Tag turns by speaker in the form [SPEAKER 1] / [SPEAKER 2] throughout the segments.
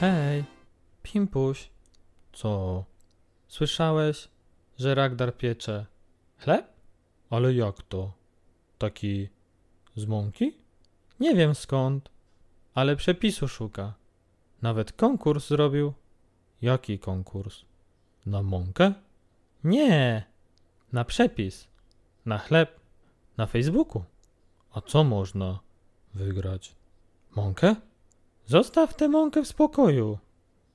[SPEAKER 1] Hej, Pimpuś. Co? Słyszałeś, że Ragdar piecze chleb? Ale jak to? Taki z mąki? Nie wiem skąd, ale przepisu szuka. Nawet konkurs zrobił. Jaki konkurs? Na mąkę? Nie, na przepis. Na chleb. Na Facebooku. A co można wygrać? Mąkę? Zostaw tę mąkę w spokoju.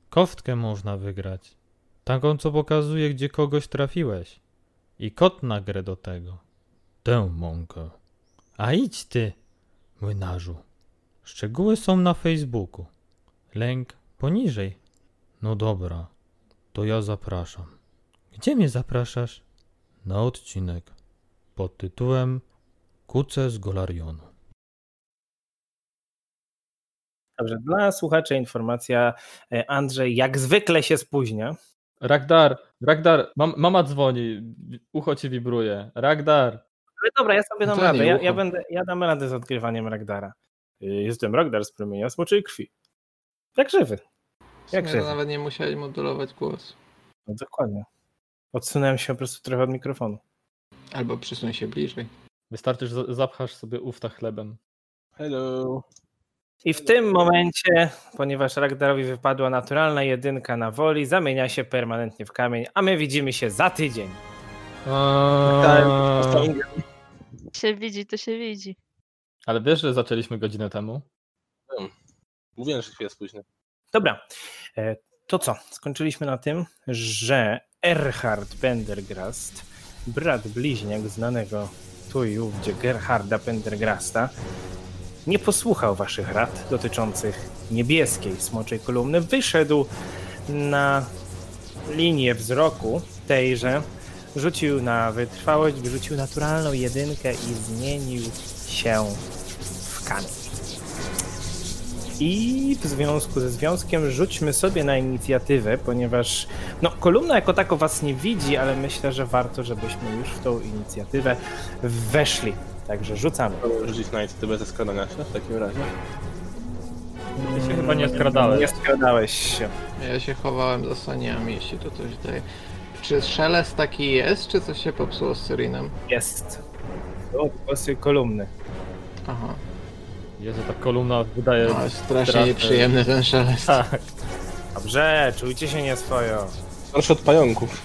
[SPEAKER 1] Koftkę można wygrać. Taką, co pokazuje, gdzie kogoś trafiłeś. I kot na grę do tego. Tę mąkę. A idź ty, młynarzu. Szczegóły są na Facebooku. Lęk poniżej. No dobra, to ja zapraszam. Gdzie mnie zapraszasz? Na odcinek pod tytułem Kuce z Golarionu.
[SPEAKER 2] Dobrze, dla słuchaczy informacja. e, Andrzej jak zwykle się spóźnia.
[SPEAKER 3] Ragdar, Ragdar, mam, mama dzwoni, ucho ci wibruje. Ragdar,
[SPEAKER 2] Ale dobra, ja sobie dam
[SPEAKER 4] Dzwonił,
[SPEAKER 2] radę. Ja,
[SPEAKER 4] ucho.
[SPEAKER 2] ja, będę, ja dam radę z odkrywaniem Ragdara. Y, Jestem Ragdar z promienia smoczej krwi. Jak żywy. Jak
[SPEAKER 4] Jak
[SPEAKER 2] żywy.
[SPEAKER 4] Nawet nie musieli modulować głosu.
[SPEAKER 2] No, dokładnie. Odsunąłem się po prostu trochę od mikrofonu.
[SPEAKER 4] Albo przysuń się bliżej.
[SPEAKER 3] wystarczy, że za- zapchasz sobie ufta chlebem.
[SPEAKER 2] Hello. I w tym momencie, ponieważ Ragdarowi wypadła naturalna jedynka na woli, zamienia się permanentnie w kamień, a my widzimy się za tydzień.
[SPEAKER 5] Eee.
[SPEAKER 6] się widzi, to się widzi.
[SPEAKER 3] Ale wiesz, że zaczęliśmy godzinę temu?
[SPEAKER 5] Mówiłem, że chwilę spóźnię.
[SPEAKER 2] Dobra. E, To co? Skończyliśmy na tym, że Erhard Pendergrast, brat bliźniak znanego tu i ówdzie Gerharda Pendergrasta, nie posłuchał waszych rad dotyczących niebieskiej smoczej kolumny. Wyszedł na linię wzroku tejże, rzucił na wytrwałość, wyrzucił naturalną jedynkę i zmienił się w kamień. I w związku ze związkiem rzućmy sobie na inicjatywę, ponieważ no, kolumna jako tako was nie widzi, ale myślę, że warto, żebyśmy już w tą inicjatywę weszli. Także rzucamy.
[SPEAKER 5] Mogę rzucić na inicjatywę ze skradania się w takim razie.
[SPEAKER 3] Ty się chyba nie skradałeś.
[SPEAKER 2] Nie skradałeś się.
[SPEAKER 4] Ja się chowałem za saniami, jeśli to coś daje. Czy szelest taki jest, czy coś się popsuło z Syrinem?
[SPEAKER 2] Jest. Odgłosy kolumny.
[SPEAKER 4] Aha,
[SPEAKER 3] Jezu, ta kolumna wydaje...
[SPEAKER 4] no, jest strasznie
[SPEAKER 3] teraz, e,
[SPEAKER 4] nieprzyjemny ten szelest.
[SPEAKER 3] Tak.
[SPEAKER 2] Dobrze, czujcie się nieswojo.
[SPEAKER 5] Starszy od pająków.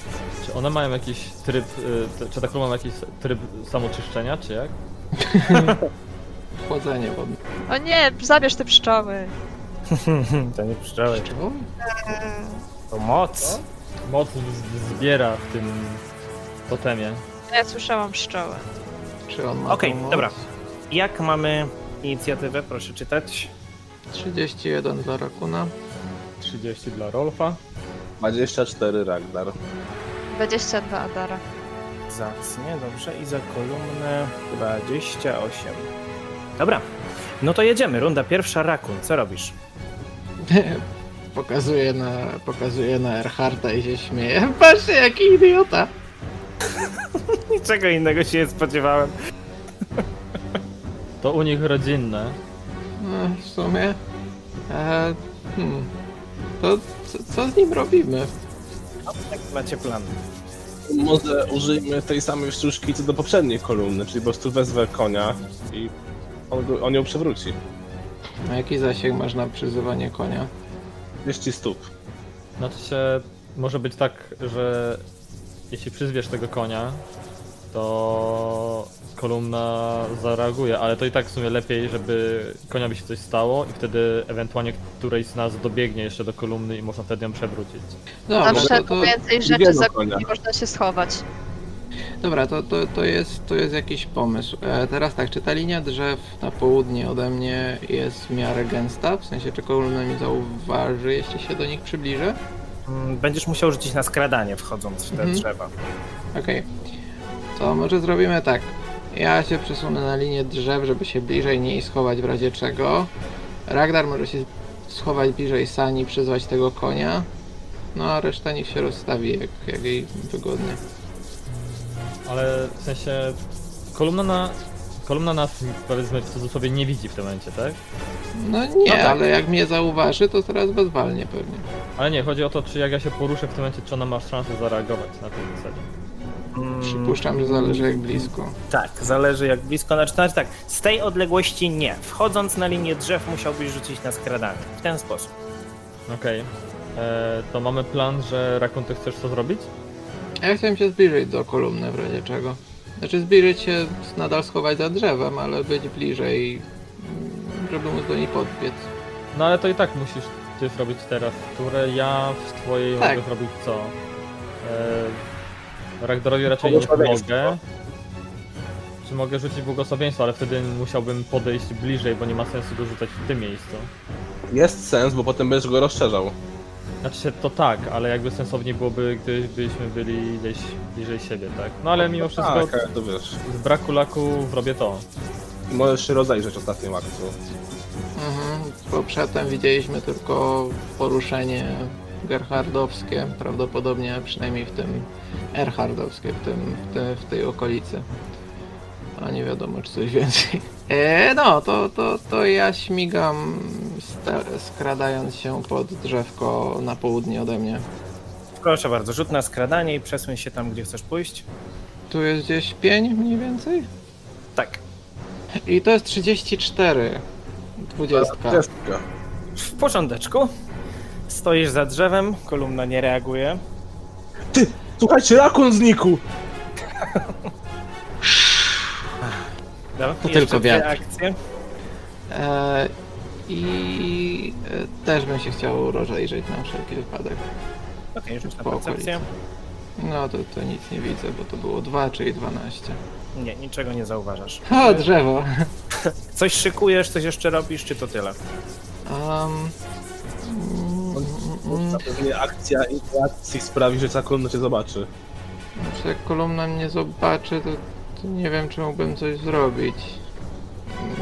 [SPEAKER 3] Czy one mają jakiś tryb, y, t- czy ta kolumna ma jakiś tryb samoczyszczenia, czy jak?
[SPEAKER 4] Chłodzenie wodne.
[SPEAKER 6] O nie, zabierz te pszczoły.
[SPEAKER 2] to nie pszczoły.
[SPEAKER 4] Szczegóły?
[SPEAKER 2] To moc.
[SPEAKER 3] Moc z- zbiera w tym totemie.
[SPEAKER 6] Ja słyszałam pszczoły.
[SPEAKER 4] Czy on ma
[SPEAKER 2] Okej,
[SPEAKER 4] tą moc?
[SPEAKER 2] dobra. Jak mamy inicjatywę? Proszę czytać.
[SPEAKER 4] 31 dla Rakuna.
[SPEAKER 3] 30 dla Rolfa.
[SPEAKER 5] 24 Ragnar.
[SPEAKER 6] 22 Adara.
[SPEAKER 2] Zacnie, dobrze. I za kolumnę 28. Dobra. No to jedziemy. Runda pierwsza, Rakun. Co robisz?
[SPEAKER 4] Pokazuje na, pokazuje na Erharda i się śmieje. Patrzcie, jaki idiota!
[SPEAKER 2] Niczego innego się nie spodziewałem.
[SPEAKER 3] To u nich rodzinne.
[SPEAKER 4] No, w sumie. E, hmm. To co, co z nim robimy?
[SPEAKER 2] Tak Macie plan.
[SPEAKER 5] Może użyjmy tej samej sztuczki co do poprzedniej kolumny, czyli po prostu wezwę konia i on, go, on ją przewróci.
[SPEAKER 4] A jaki zasięg masz na przyzywanie konia?
[SPEAKER 5] 200 stóp.
[SPEAKER 3] Znaczy się, może być tak, że jeśli przyzwiesz tego konia, to kolumna zareaguje, ale to i tak w sumie lepiej, żeby konia by się coś stało i wtedy ewentualnie którejś z nas dobiegnie jeszcze do kolumny i można wtedy ją przewrócić.
[SPEAKER 4] Dobra,
[SPEAKER 6] Zawsze
[SPEAKER 4] No, to, to,
[SPEAKER 6] więcej rzeczy
[SPEAKER 5] wielu
[SPEAKER 6] za
[SPEAKER 5] konia.
[SPEAKER 6] nie można się schować.
[SPEAKER 4] dobra to, to, to, jest, to jest jakiś pomysł. E, teraz tak, czy ta linia drzew na południe ode mnie jest w miarę gęsta? W sensie, czy kolumna mi zauważy, jeśli się do nich przybliżę?
[SPEAKER 2] Mm, Będziesz musiał rzucić na skradanie, wchodząc w te
[SPEAKER 4] Mhm.
[SPEAKER 2] drzewa.
[SPEAKER 4] Okej. To może zrobimy tak. Ja się przesunę na linię drzew, żeby się bliżej niej schować w razie czego. Ragnar może się schować bliżej Sani, przyzwać tego konia. No a reszta niech się rozstawi jak, jak jej wygodnie.
[SPEAKER 3] Ale w sensie kolumna na kolumna nas powiedzmy w cudzysłowie nie widzi w tym momencie, tak?
[SPEAKER 4] No nie,
[SPEAKER 3] No tak. Mm.
[SPEAKER 4] ale jak mnie zauważy, to zaraz bezwalnie pewnie.
[SPEAKER 3] Ale nie, chodzi o to, czy jak ja się poruszę w tym momencie, czy ona ma szansę zareagować na tej zasadzie.
[SPEAKER 2] Mm,
[SPEAKER 4] Przypuszczam, że zależy jak blisko.
[SPEAKER 2] Tak, zależy jak blisko. Znaczy, znaczy tak, z tej odległości nie. Wchodząc na linię drzew musiałbyś rzucić na skradanie. W ten sposób.
[SPEAKER 3] Okej. E, To mamy plan, że Rakun, ty chcesz co zrobić?
[SPEAKER 4] A Ja chciałem się zbliżyć do kolumny w razie czego. Znaczy zbliżyć się, nadal schować za drzewem, ale być bliżej, mm, żeby móc do niej podbiec.
[SPEAKER 3] No ale to i tak musisz ty zrobić teraz, które ja w twojej
[SPEAKER 4] Tak.
[SPEAKER 3] mogę zrobić co? E, Ragdorowi raczej nie
[SPEAKER 5] Błogosławieństwo.
[SPEAKER 3] pomogę. Czy mogę rzucić błogosławieństwo, ale wtedy musiałbym podejść bliżej, bo nie ma sensu go rzucać w tym miejscu.
[SPEAKER 5] Jest sens, bo potem będziesz go rozszerzał.
[SPEAKER 3] Znaczy się to tak, ale jakby sensowniej byłoby, gdybyśmy byli gdzieś bliżej siebie, tak? No ale mimo wszystko
[SPEAKER 5] Tak, ale to wiesz.
[SPEAKER 3] z braku laku zrobię to.
[SPEAKER 5] I możesz się rozejrzeć ostatnią akcją.
[SPEAKER 4] Mhm, bo przedtem widzieliśmy tylko poruszenie gerhardowskie, prawdopodobnie przynajmniej w tym erhardowskie, w, tym, w, te, w tej okolicy. A nie wiadomo, czy coś więcej. E, no, to, to, to ja śmigam, sta- skradając się pod drzewko na południe ode mnie.
[SPEAKER 2] Proszę bardzo, rzut na skradanie i przesuń się tam, gdzie chcesz pójść.
[SPEAKER 4] Tu jest gdzieś pień mniej więcej?
[SPEAKER 2] Tak.
[SPEAKER 4] I to jest 34. 20.
[SPEAKER 5] Testka.
[SPEAKER 2] W porządeczku. Stoisz za drzewem, kolumna nie reaguje.
[SPEAKER 5] Słuchajcie, rakun znikł!
[SPEAKER 2] Dobra, jeszcze
[SPEAKER 4] To tylko
[SPEAKER 2] dwie
[SPEAKER 4] wiatr.
[SPEAKER 2] akcje.
[SPEAKER 4] E, I e, też bym się chciał rozejrzeć na wszelki wypadek.
[SPEAKER 2] Okej, rzuć na
[SPEAKER 4] Po
[SPEAKER 2] percepcję.
[SPEAKER 4] No to, to nic nie widzę, bo to było 2, czyli 12.
[SPEAKER 2] Nie, niczego nie zauważasz.
[SPEAKER 4] O, drzewo!
[SPEAKER 2] Coś szykujesz, coś jeszcze robisz, czy to tyle?
[SPEAKER 4] Um,
[SPEAKER 5] Zapewne akcja interakcji sprawi, że ta kolumna cię zobaczy.
[SPEAKER 4] znaczy jak kolumna mnie zobaczy, to, to nie wiem, czy mógłbym coś zrobić.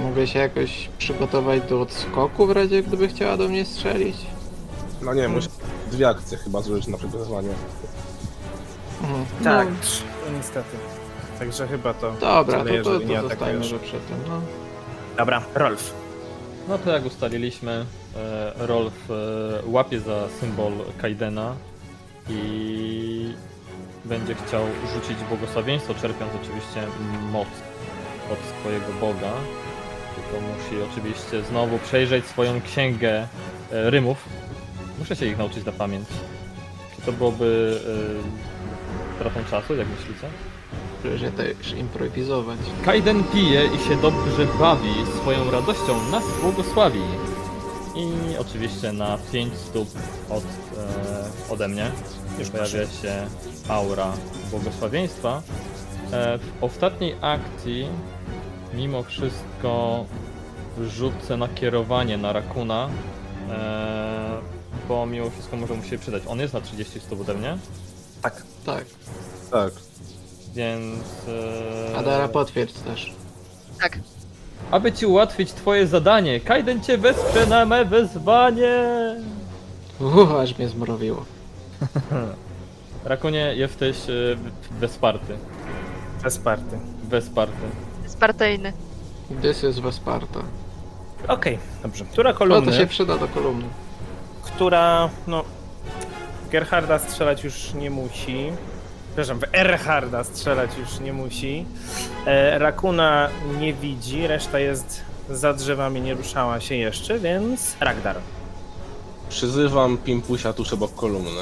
[SPEAKER 4] Mogę się jakoś przygotować do odskoku w razie, gdyby chciała do mnie strzelić?
[SPEAKER 5] No nie, musisz dwie akcje chyba zużyć na przygotowanie.
[SPEAKER 4] Mhm.
[SPEAKER 2] Tak,
[SPEAKER 4] No,
[SPEAKER 2] no, niestety. Także chyba to.
[SPEAKER 4] dobra,
[SPEAKER 2] tyle,
[SPEAKER 4] to, to,
[SPEAKER 2] jeżeli nie
[SPEAKER 4] to zostajmy
[SPEAKER 2] atakujesz.
[SPEAKER 4] że przy tym, no.
[SPEAKER 2] Dobra, Rolf.
[SPEAKER 3] No to jak ustaliliśmy, e, Rolf e, łapie za symbol Kaidena i będzie chciał rzucić błogosławieństwo, czerpiąc oczywiście moc od swojego Boga. Tylko musi oczywiście znowu przejrzeć swoją księgę e, rymów. Muszę się ich nauczyć na pamięć. Czy to byłoby e, stratą czasu, jak myślicie?
[SPEAKER 4] Że też improwizować.
[SPEAKER 3] Kaiden pije i się dobrze bawi, swoją radością nas błogosławi. I oczywiście na 5 stóp od, e, ode mnie
[SPEAKER 2] Już
[SPEAKER 3] pojawia się aura błogosławieństwa. E, w ostatniej akcji mimo wszystko rzucę nakierowanie na Rakuna, e, bo mimo wszystko może mu się przydać. On jest na 30 stóp ode mnie,
[SPEAKER 2] Tak.
[SPEAKER 4] Tak,
[SPEAKER 5] Tak.
[SPEAKER 3] więc... e,
[SPEAKER 4] Adara potwierdź też.
[SPEAKER 6] Tak.
[SPEAKER 3] Aby ci ułatwić twoje zadanie, Kaiden cię wesprze na me wezwanie!
[SPEAKER 4] Uuu, aż mnie zmrowiło.
[SPEAKER 3] Rakunie, jesteś e, wesparty.
[SPEAKER 2] Bezparty.
[SPEAKER 3] Wesparty.
[SPEAKER 6] Jest partyjny.
[SPEAKER 4] This is Vesparta.
[SPEAKER 2] Okej, dobrze. Która
[SPEAKER 4] No
[SPEAKER 2] kolumna?
[SPEAKER 4] to się przyda do kolumny.
[SPEAKER 2] która, no, Gerharda strzelać już nie musi. Przepraszam, w Erharda strzelać już nie musi. E, Rakuna nie widzi, reszta jest za drzewami, nie ruszała się jeszcze, więc Ragdar.
[SPEAKER 5] Przyzywam Pimpusia tuż obok kolumny.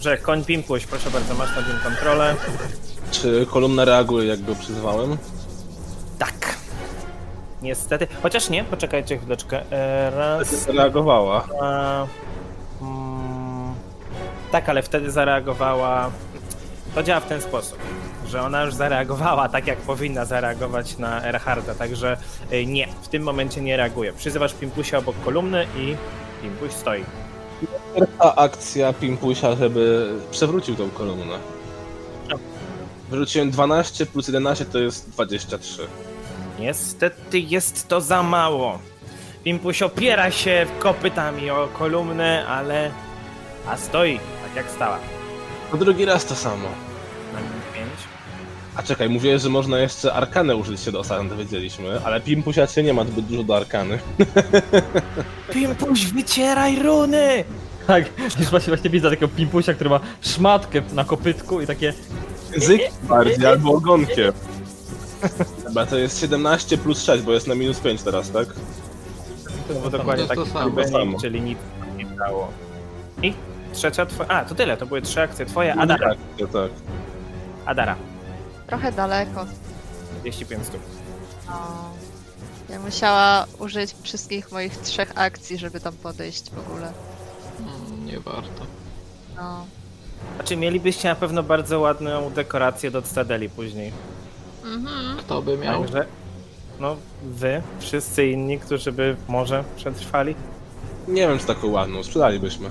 [SPEAKER 2] Że koń Pimpuś, proszę bardzo, masz nad nim kontrolę.
[SPEAKER 5] Czy kolumna reaguje, jak go przyzywałem?
[SPEAKER 2] Tak. Niestety. Chociaż nie, poczekajcie chwileczkę. E, raz,
[SPEAKER 5] Reagowała.
[SPEAKER 2] A, mm, tak, ale wtedy zareagowała. To działa w ten sposób, że ona już zareagowała tak, jak powinna zareagować na Erharda, także y, nie, w tym momencie nie reaguje. Przyzywasz Pimpusia obok kolumny i Pimpuś stoi.
[SPEAKER 5] Pierwsza akcja Pimpusia, żeby przewrócił tą kolumnę.
[SPEAKER 2] No.
[SPEAKER 5] Wyrzuciłem 12 plus 11 to jest 23.
[SPEAKER 2] Niestety jest to za mało. Pimpuś opiera się kopytami o kolumnę, ale... A stoi, tak jak stała.
[SPEAKER 5] No drugi raz to samo.
[SPEAKER 2] Na minus 5.
[SPEAKER 5] A czekaj, mówiłeś, że można jeszcze arkanę użyć się do Osaran, dowiedzieliśmy, ale Pimpusia się nie ma zbyt dużo do arkany.
[SPEAKER 2] Pimpuś, wycieraj runy!
[SPEAKER 3] Tak, już właśnie, właśnie widzę takiego pimpusia, który ma szmatkę na kopytku i takie...
[SPEAKER 5] Język bardziej albo ogonkiem. Chyba to jest 17 plus 6, bo jest na minus 5 teraz, tak?
[SPEAKER 2] To było dokładnie
[SPEAKER 4] To
[SPEAKER 2] tak,
[SPEAKER 4] jest to samo.
[SPEAKER 5] Samo.
[SPEAKER 2] czyli nic nie dało. I trzecia twoja... A, to tyle, to były trzy akcje twoje. Adara.
[SPEAKER 5] Tak, tak, tak.
[SPEAKER 2] Adara.
[SPEAKER 6] Trochę daleko.
[SPEAKER 2] 205 stóp.
[SPEAKER 6] No. Ja musiała użyć wszystkich moich trzech akcji, żeby tam podejść w ogóle.
[SPEAKER 4] Mm, Nie warto.
[SPEAKER 6] No.
[SPEAKER 2] Znaczy, mielibyście na pewno bardzo ładną dekorację do Cytadeli później.
[SPEAKER 6] Mhm.
[SPEAKER 4] Kto by miał?
[SPEAKER 2] Także, no, wy, wszyscy inni, którzy by może przetrwali.
[SPEAKER 5] Nie wiem, czy taką ładną, sprzedalibyśmy.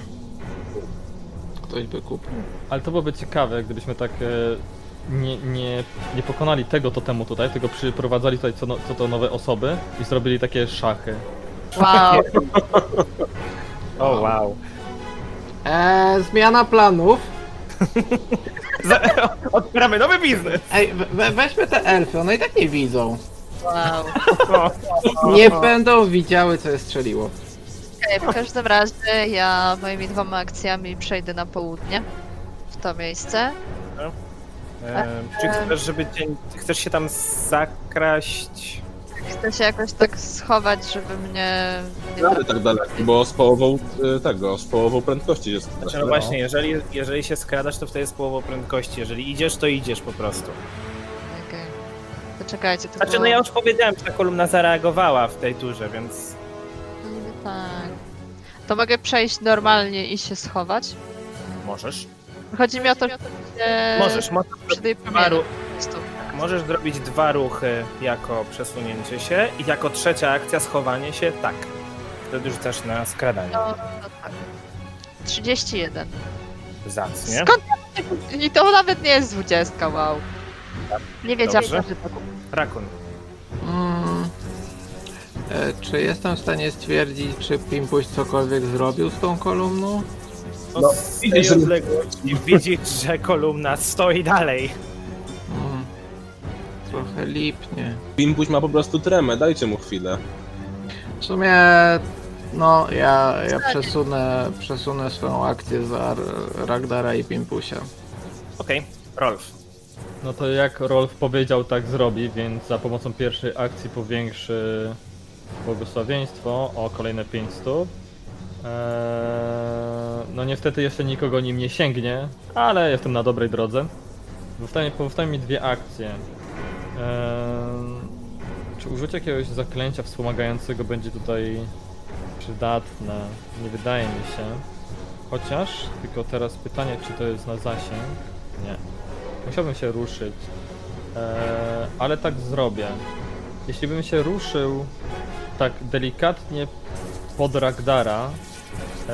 [SPEAKER 4] Ktoś by kupił.
[SPEAKER 3] Ale to byłoby ciekawe, gdybyśmy tak e, nie, nie, nie pokonali tego totemu tutaj, tylko przyprowadzali tutaj co, no, co to nowe osoby i zrobili takie szachy.
[SPEAKER 6] Wow.
[SPEAKER 2] O,
[SPEAKER 4] Wow.
[SPEAKER 2] wow.
[SPEAKER 4] Eee, zmiana planów.
[SPEAKER 2] Odprawy nowy biznes!
[SPEAKER 4] Ej, we, we, weźmy te elfy, one i tak nie widzą.
[SPEAKER 6] Wow.
[SPEAKER 2] O,
[SPEAKER 4] Nie będą widziały, co je strzeliło.
[SPEAKER 6] Okej, w każdym razie ja moimi dwoma akcjami przejdę na południe. W to miejsce.
[SPEAKER 2] E, czy chcesz, żeby cię, chcesz się tam zakraść?
[SPEAKER 6] Chcę się jakoś tak schować, żeby mnie... nie
[SPEAKER 5] Ale tak daleko, bo z połową y, tego, z połową prędkości jest.
[SPEAKER 2] Znaczy, no właśnie, jeżeli, jeżeli się skradasz, to wtedy jest połowa prędkości. Jeżeli idziesz, to idziesz po prostu.
[SPEAKER 6] Okej. To czekajcie, to
[SPEAKER 2] Znaczy,
[SPEAKER 6] było...
[SPEAKER 2] no ja już powiedziałem, że ta kolumna zareagowała w tej turze, więc
[SPEAKER 6] No niby tak. To mogę przejść normalnie i się schować?
[SPEAKER 2] możesz.
[SPEAKER 6] Chodzi mi o to, że... E.
[SPEAKER 2] Możesz, możesz,
[SPEAKER 6] Przy tej
[SPEAKER 2] dwa,
[SPEAKER 6] pomiaru.
[SPEAKER 2] ru- możesz zrobić dwa ruchy jako przesunięcie się i jako trzecia akcja schowanie się, tak. Wtedy rzucasz na skradanie.
[SPEAKER 6] No, no tak. 31.
[SPEAKER 2] Zacnie.
[SPEAKER 6] Skąd ja... I to nawet nie jest 20, wow. Nie wiedziałam,
[SPEAKER 2] Dobrze.
[SPEAKER 6] że to kupię.
[SPEAKER 2] Rakun.
[SPEAKER 4] Mm. E, czy jestem w stanie stwierdzić, czy Pimpuś cokolwiek zrobił z tą kolumną?
[SPEAKER 2] To
[SPEAKER 5] No,
[SPEAKER 2] z tej
[SPEAKER 5] widzisz, że-
[SPEAKER 2] odległości widzisz, że kolumna stoi dalej.
[SPEAKER 4] Mm. Trochę lipnie.
[SPEAKER 5] no. Bimbuś ma po prostu tremę, dajcie mu chwilę.
[SPEAKER 4] W sumie, no, ja, ja przesunę, przesunę swoją akcję za R- Ragdara i Pimpusia.
[SPEAKER 2] Okej, Rolf.
[SPEAKER 3] No to jak Rolf powiedział, tak zrobi, więc za pomocą pierwszej akcji powiększy błogosławieństwo o kolejne 5 stóp. Eee, no niestety jeszcze nikogo nim nie sięgnie, ale jestem na dobrej drodze. Powstają, powstają mi dwie akcje. Eee, czy użycie jakiegoś zaklęcia wspomagającego będzie tutaj przydatne? Nie wydaje mi się. Chociaż, tylko teraz pytanie, czy to jest na zasięg? Nie. Musiałbym się ruszyć. Eee, ale tak zrobię. Jeśli bym się ruszył tak delikatnie pod Ragdara, eee,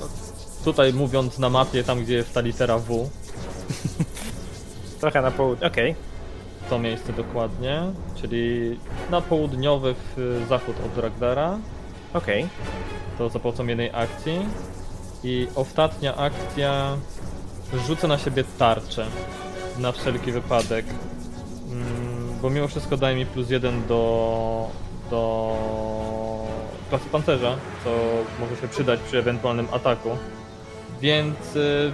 [SPEAKER 3] no, tutaj mówiąc na mapie, tam gdzie jest ta litera W,
[SPEAKER 2] Trochę na południe. Okej.
[SPEAKER 3] to miejsce dokładnie, czyli na południowy w zachód od Ragdara,
[SPEAKER 2] Okej.
[SPEAKER 3] to za pomocą jednej akcji. I ostatnia akcja, rzucę na siebie tarczę, na wszelki wypadek, Mm, bo mimo wszystko daje mi plus jeden do, do klasy pancerza, co może się przydać przy ewentualnym ataku. Więc y,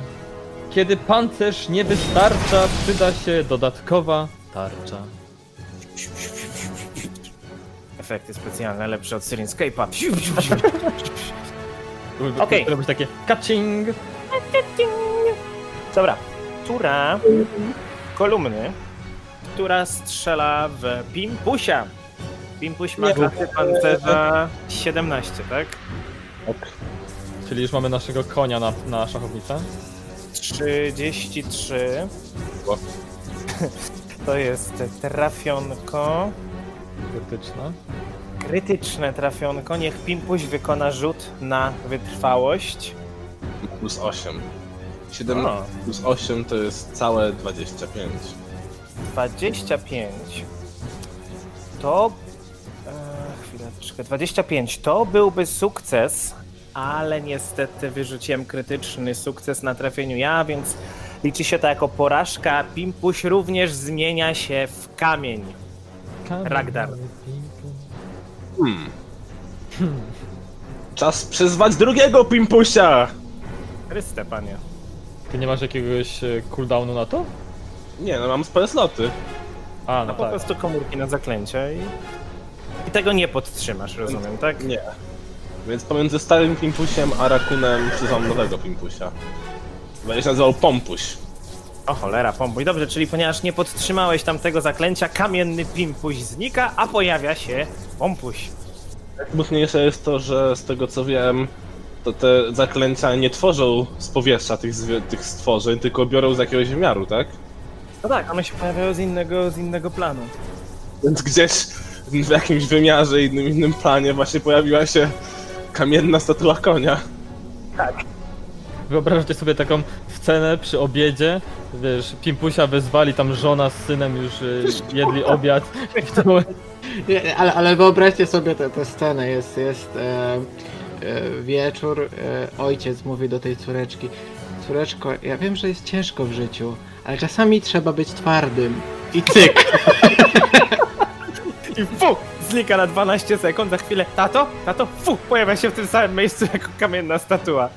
[SPEAKER 3] kiedy pancerz nie wystarcza, przyda się dodatkowa tarcza.
[SPEAKER 2] Efekty specjalne lepsze od Syrinscape'a. Okej.
[SPEAKER 3] Okej. Robić takie catching.
[SPEAKER 2] Dobra. Tura kolumny, która strzela w Pimpusia. Pimpuś ma klasy pancerza 17, tak?
[SPEAKER 3] Czyli już mamy naszego konia na, na szachownicę.
[SPEAKER 2] 33.
[SPEAKER 5] O.
[SPEAKER 2] To jest trafionko.
[SPEAKER 3] Krytyczne.
[SPEAKER 2] Krytyczne trafionko. Niech Pimpuś wykona rzut na wytrwałość.
[SPEAKER 5] Plus 8. 17
[SPEAKER 2] O,
[SPEAKER 5] plus 8 to jest całe 25.
[SPEAKER 2] 25. To. E, chwileczkę. 25. To byłby sukces, ale niestety wyrzuciłem krytyczny sukces na trafieniu ja, więc Liczy się to jako porażka. Pimpuś również zmienia się w kamień. Ragdar.
[SPEAKER 5] Hmm. Czas przyzwać drugiego pimpusia!
[SPEAKER 2] Chryste, panie.
[SPEAKER 3] Ty nie masz jakiegoś e, cooldownu na to?
[SPEAKER 5] Nie, no mam spore sloty.
[SPEAKER 3] A,
[SPEAKER 2] A
[SPEAKER 3] no
[SPEAKER 2] po
[SPEAKER 3] tak.
[SPEAKER 2] prostu komórki na zaklęcie i... I tego nie podtrzymasz, rozumiem, tak?
[SPEAKER 5] Nie. Więc pomiędzy starym pimpusiem a rakunem przyzwam nowego pimpusia. Będzie się nazywał Pompuś.
[SPEAKER 2] O cholera, pompuj. Dobrze, czyli ponieważ nie podtrzymałeś tamtego zaklęcia, kamienny pimpuś znika, a pojawia się pompuś.
[SPEAKER 5] Smutniejsze jest to, że z tego co wiem, to te zaklęcia nie tworzą z powietrza tych, zwie- tych stworzeń, tylko biorą z jakiegoś wymiaru, tak?
[SPEAKER 2] No tak, one się pojawiają z innego, z innego planu.
[SPEAKER 5] Więc gdzieś w jakimś wymiarze, innym, innym planie właśnie pojawiła się kamienna statua konia.
[SPEAKER 3] Wyobrażacie sobie taką scenę przy obiedzie, wiesz, Pimpusia wezwali, tam żona z synem już y, jedli obiad i w tym momencie
[SPEAKER 4] Nie, Ale, ale wyobraźcie sobie tę, tę scenę. Jest, jest e, e, wieczór, e, ojciec mówi do tej córeczki. Córeczko, ja wiem, że jest ciężko w życiu, ale czasami trzeba być twardym. I cyk.
[SPEAKER 2] I fu! Znika na 12 sekund, za chwilę tato, tato, fu! Pojawia się w tym samym miejscu jako kamienna statua.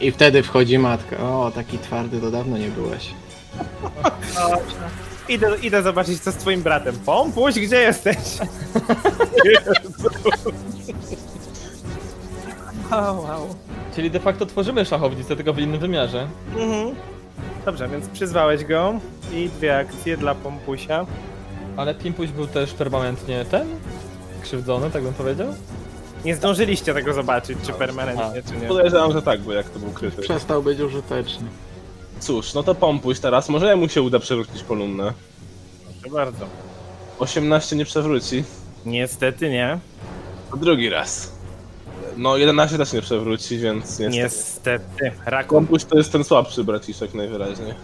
[SPEAKER 4] I wtedy wchodzi matka. O, taki twardy to dawno nie byłeś.
[SPEAKER 2] Idę, idę zobaczyć, co z twoim bratem. Pompuś, gdzie jesteś? wow, wow.
[SPEAKER 3] Czyli de facto tworzymy szachownicę, tylko w innym wymiarze.
[SPEAKER 2] Mhm. Dobrze, więc przyzwałeś go i dwie akcje dla pompusia.
[SPEAKER 3] Ale Pimpuś był też permanentnie ten? Krzywdzony, tak bym powiedział?
[SPEAKER 2] Nie zdążyliście tego zobaczyć, czy permanentnie, czy nie.
[SPEAKER 5] Podejrzewam, że tak, bo jak to był kryty.
[SPEAKER 4] Przestał być użyteczny.
[SPEAKER 5] Cóż, no to Pompuś teraz, może mu się uda przewrócić kolumnę.
[SPEAKER 2] Proszę bardzo.
[SPEAKER 5] 18 nie przewróci,
[SPEAKER 2] Niestety nie.
[SPEAKER 5] to drugi raz. No 11 też nie przewróci, więc nie.
[SPEAKER 2] Niestety. Raku.
[SPEAKER 5] Pompuś to jest ten słabszy braciszek najwyraźniej.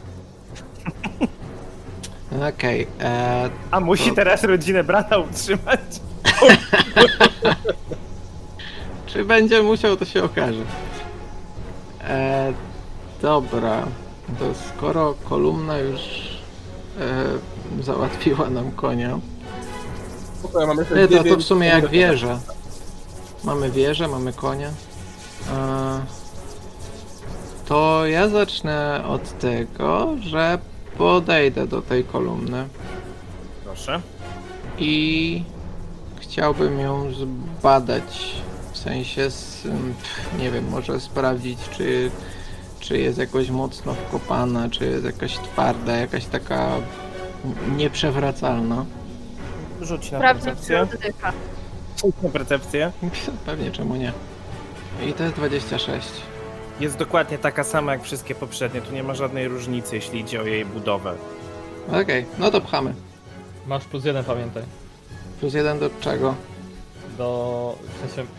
[SPEAKER 4] No Okej, e,
[SPEAKER 2] A musi teraz rodzinę brata utrzymać.
[SPEAKER 4] czy będzie musiał, to się okaże. E, dobra, to skoro kolumna już e, załatwiła nam konia,
[SPEAKER 5] Spoko, ja mam jeszcze
[SPEAKER 4] Nie, no to,
[SPEAKER 5] dwie
[SPEAKER 4] to w sumie jak
[SPEAKER 5] wielkie-
[SPEAKER 4] wieża. Mamy wieżę, mamy konia. E, To ja zacznę od tego, że podejdę do tej kolumny
[SPEAKER 2] Proszę.
[SPEAKER 4] i chciałbym ją zbadać. W sensie, s- pff, nie wiem, może sprawdzić, czy, czy jest jakoś mocno wkopana, czy jest jakaś twarda, jakaś taka n- nieprzewracalna.
[SPEAKER 2] Rzuć na
[SPEAKER 6] Sprawdzę,
[SPEAKER 2] percepcję.
[SPEAKER 6] czy oddycha.
[SPEAKER 2] Rzuć na percepcję.
[SPEAKER 4] Pewnie, czemu nie. I to jest 26.
[SPEAKER 2] Jest dokładnie taka sama jak wszystkie poprzednie. Tu nie ma żadnej różnicy, jeśli idzie o jej budowę.
[SPEAKER 4] Okej, no to pchamy.
[SPEAKER 3] Masz plus jeden, pamiętaj.
[SPEAKER 4] Plus jeden do czego?
[SPEAKER 3] Do... w sensie...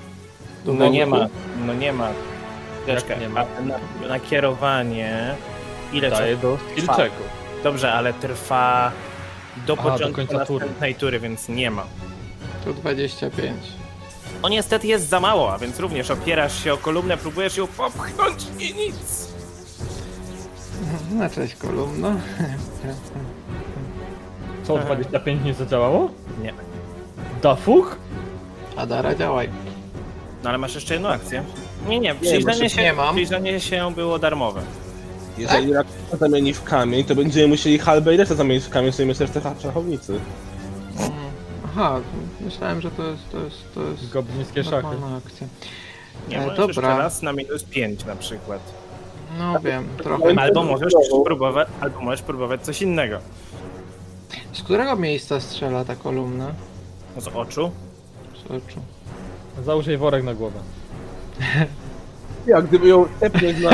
[SPEAKER 4] Do
[SPEAKER 2] No nie ma.
[SPEAKER 4] nauki?
[SPEAKER 2] No nie ma. Chwileczkę.
[SPEAKER 3] nie ma?
[SPEAKER 2] A Na, na kierowanie. Ile
[SPEAKER 3] Daje
[SPEAKER 2] czasu?
[SPEAKER 3] do skill checku.
[SPEAKER 2] Dobrze, ale trwa do
[SPEAKER 3] Aha, do
[SPEAKER 2] początku
[SPEAKER 3] końca tury.
[SPEAKER 2] następnej tury, więc nie ma.
[SPEAKER 4] To 25.
[SPEAKER 2] O niestety jest za mało, a więc również opierasz się o kolumnę, próbujesz ją popchnąć i nic.
[SPEAKER 4] No cześć kolumno.
[SPEAKER 3] Co, 25 nie zadziałało?
[SPEAKER 2] Nie.
[SPEAKER 3] Da fuch?
[SPEAKER 4] Adara działaj.
[SPEAKER 2] No ale masz jeszcze jedną akcję. Nie, nie, przyjrzenie,
[SPEAKER 4] bo
[SPEAKER 2] się,
[SPEAKER 4] nie mam.
[SPEAKER 2] przyjrzenie się było darmowe.
[SPEAKER 5] Jeżeli tak? zamieni w kamień, to będziemy musieli halbę i resztę zamienić w kamień, czyli myślę, że w te szachownicy.
[SPEAKER 4] Mm, Aha, myślałem, że to jest, to jest, to jest
[SPEAKER 3] Goblińskie
[SPEAKER 2] No,
[SPEAKER 3] szachy.
[SPEAKER 4] normalna akcja.
[SPEAKER 2] Nie,
[SPEAKER 4] E,
[SPEAKER 2] możesz
[SPEAKER 4] dobra.
[SPEAKER 2] jeszcze raz na minus 5 na przykład.
[SPEAKER 4] No wiem, trochę.
[SPEAKER 2] Albo możesz próbować, albo możesz próbować coś innego.
[SPEAKER 4] Z którego miejsca strzela ta kolumna?
[SPEAKER 2] Z oczu.
[SPEAKER 4] Z oczu.
[SPEAKER 2] no.
[SPEAKER 3] Załóż jej worek na głowę.
[SPEAKER 5] Ja, gdyby ją tepnąć na...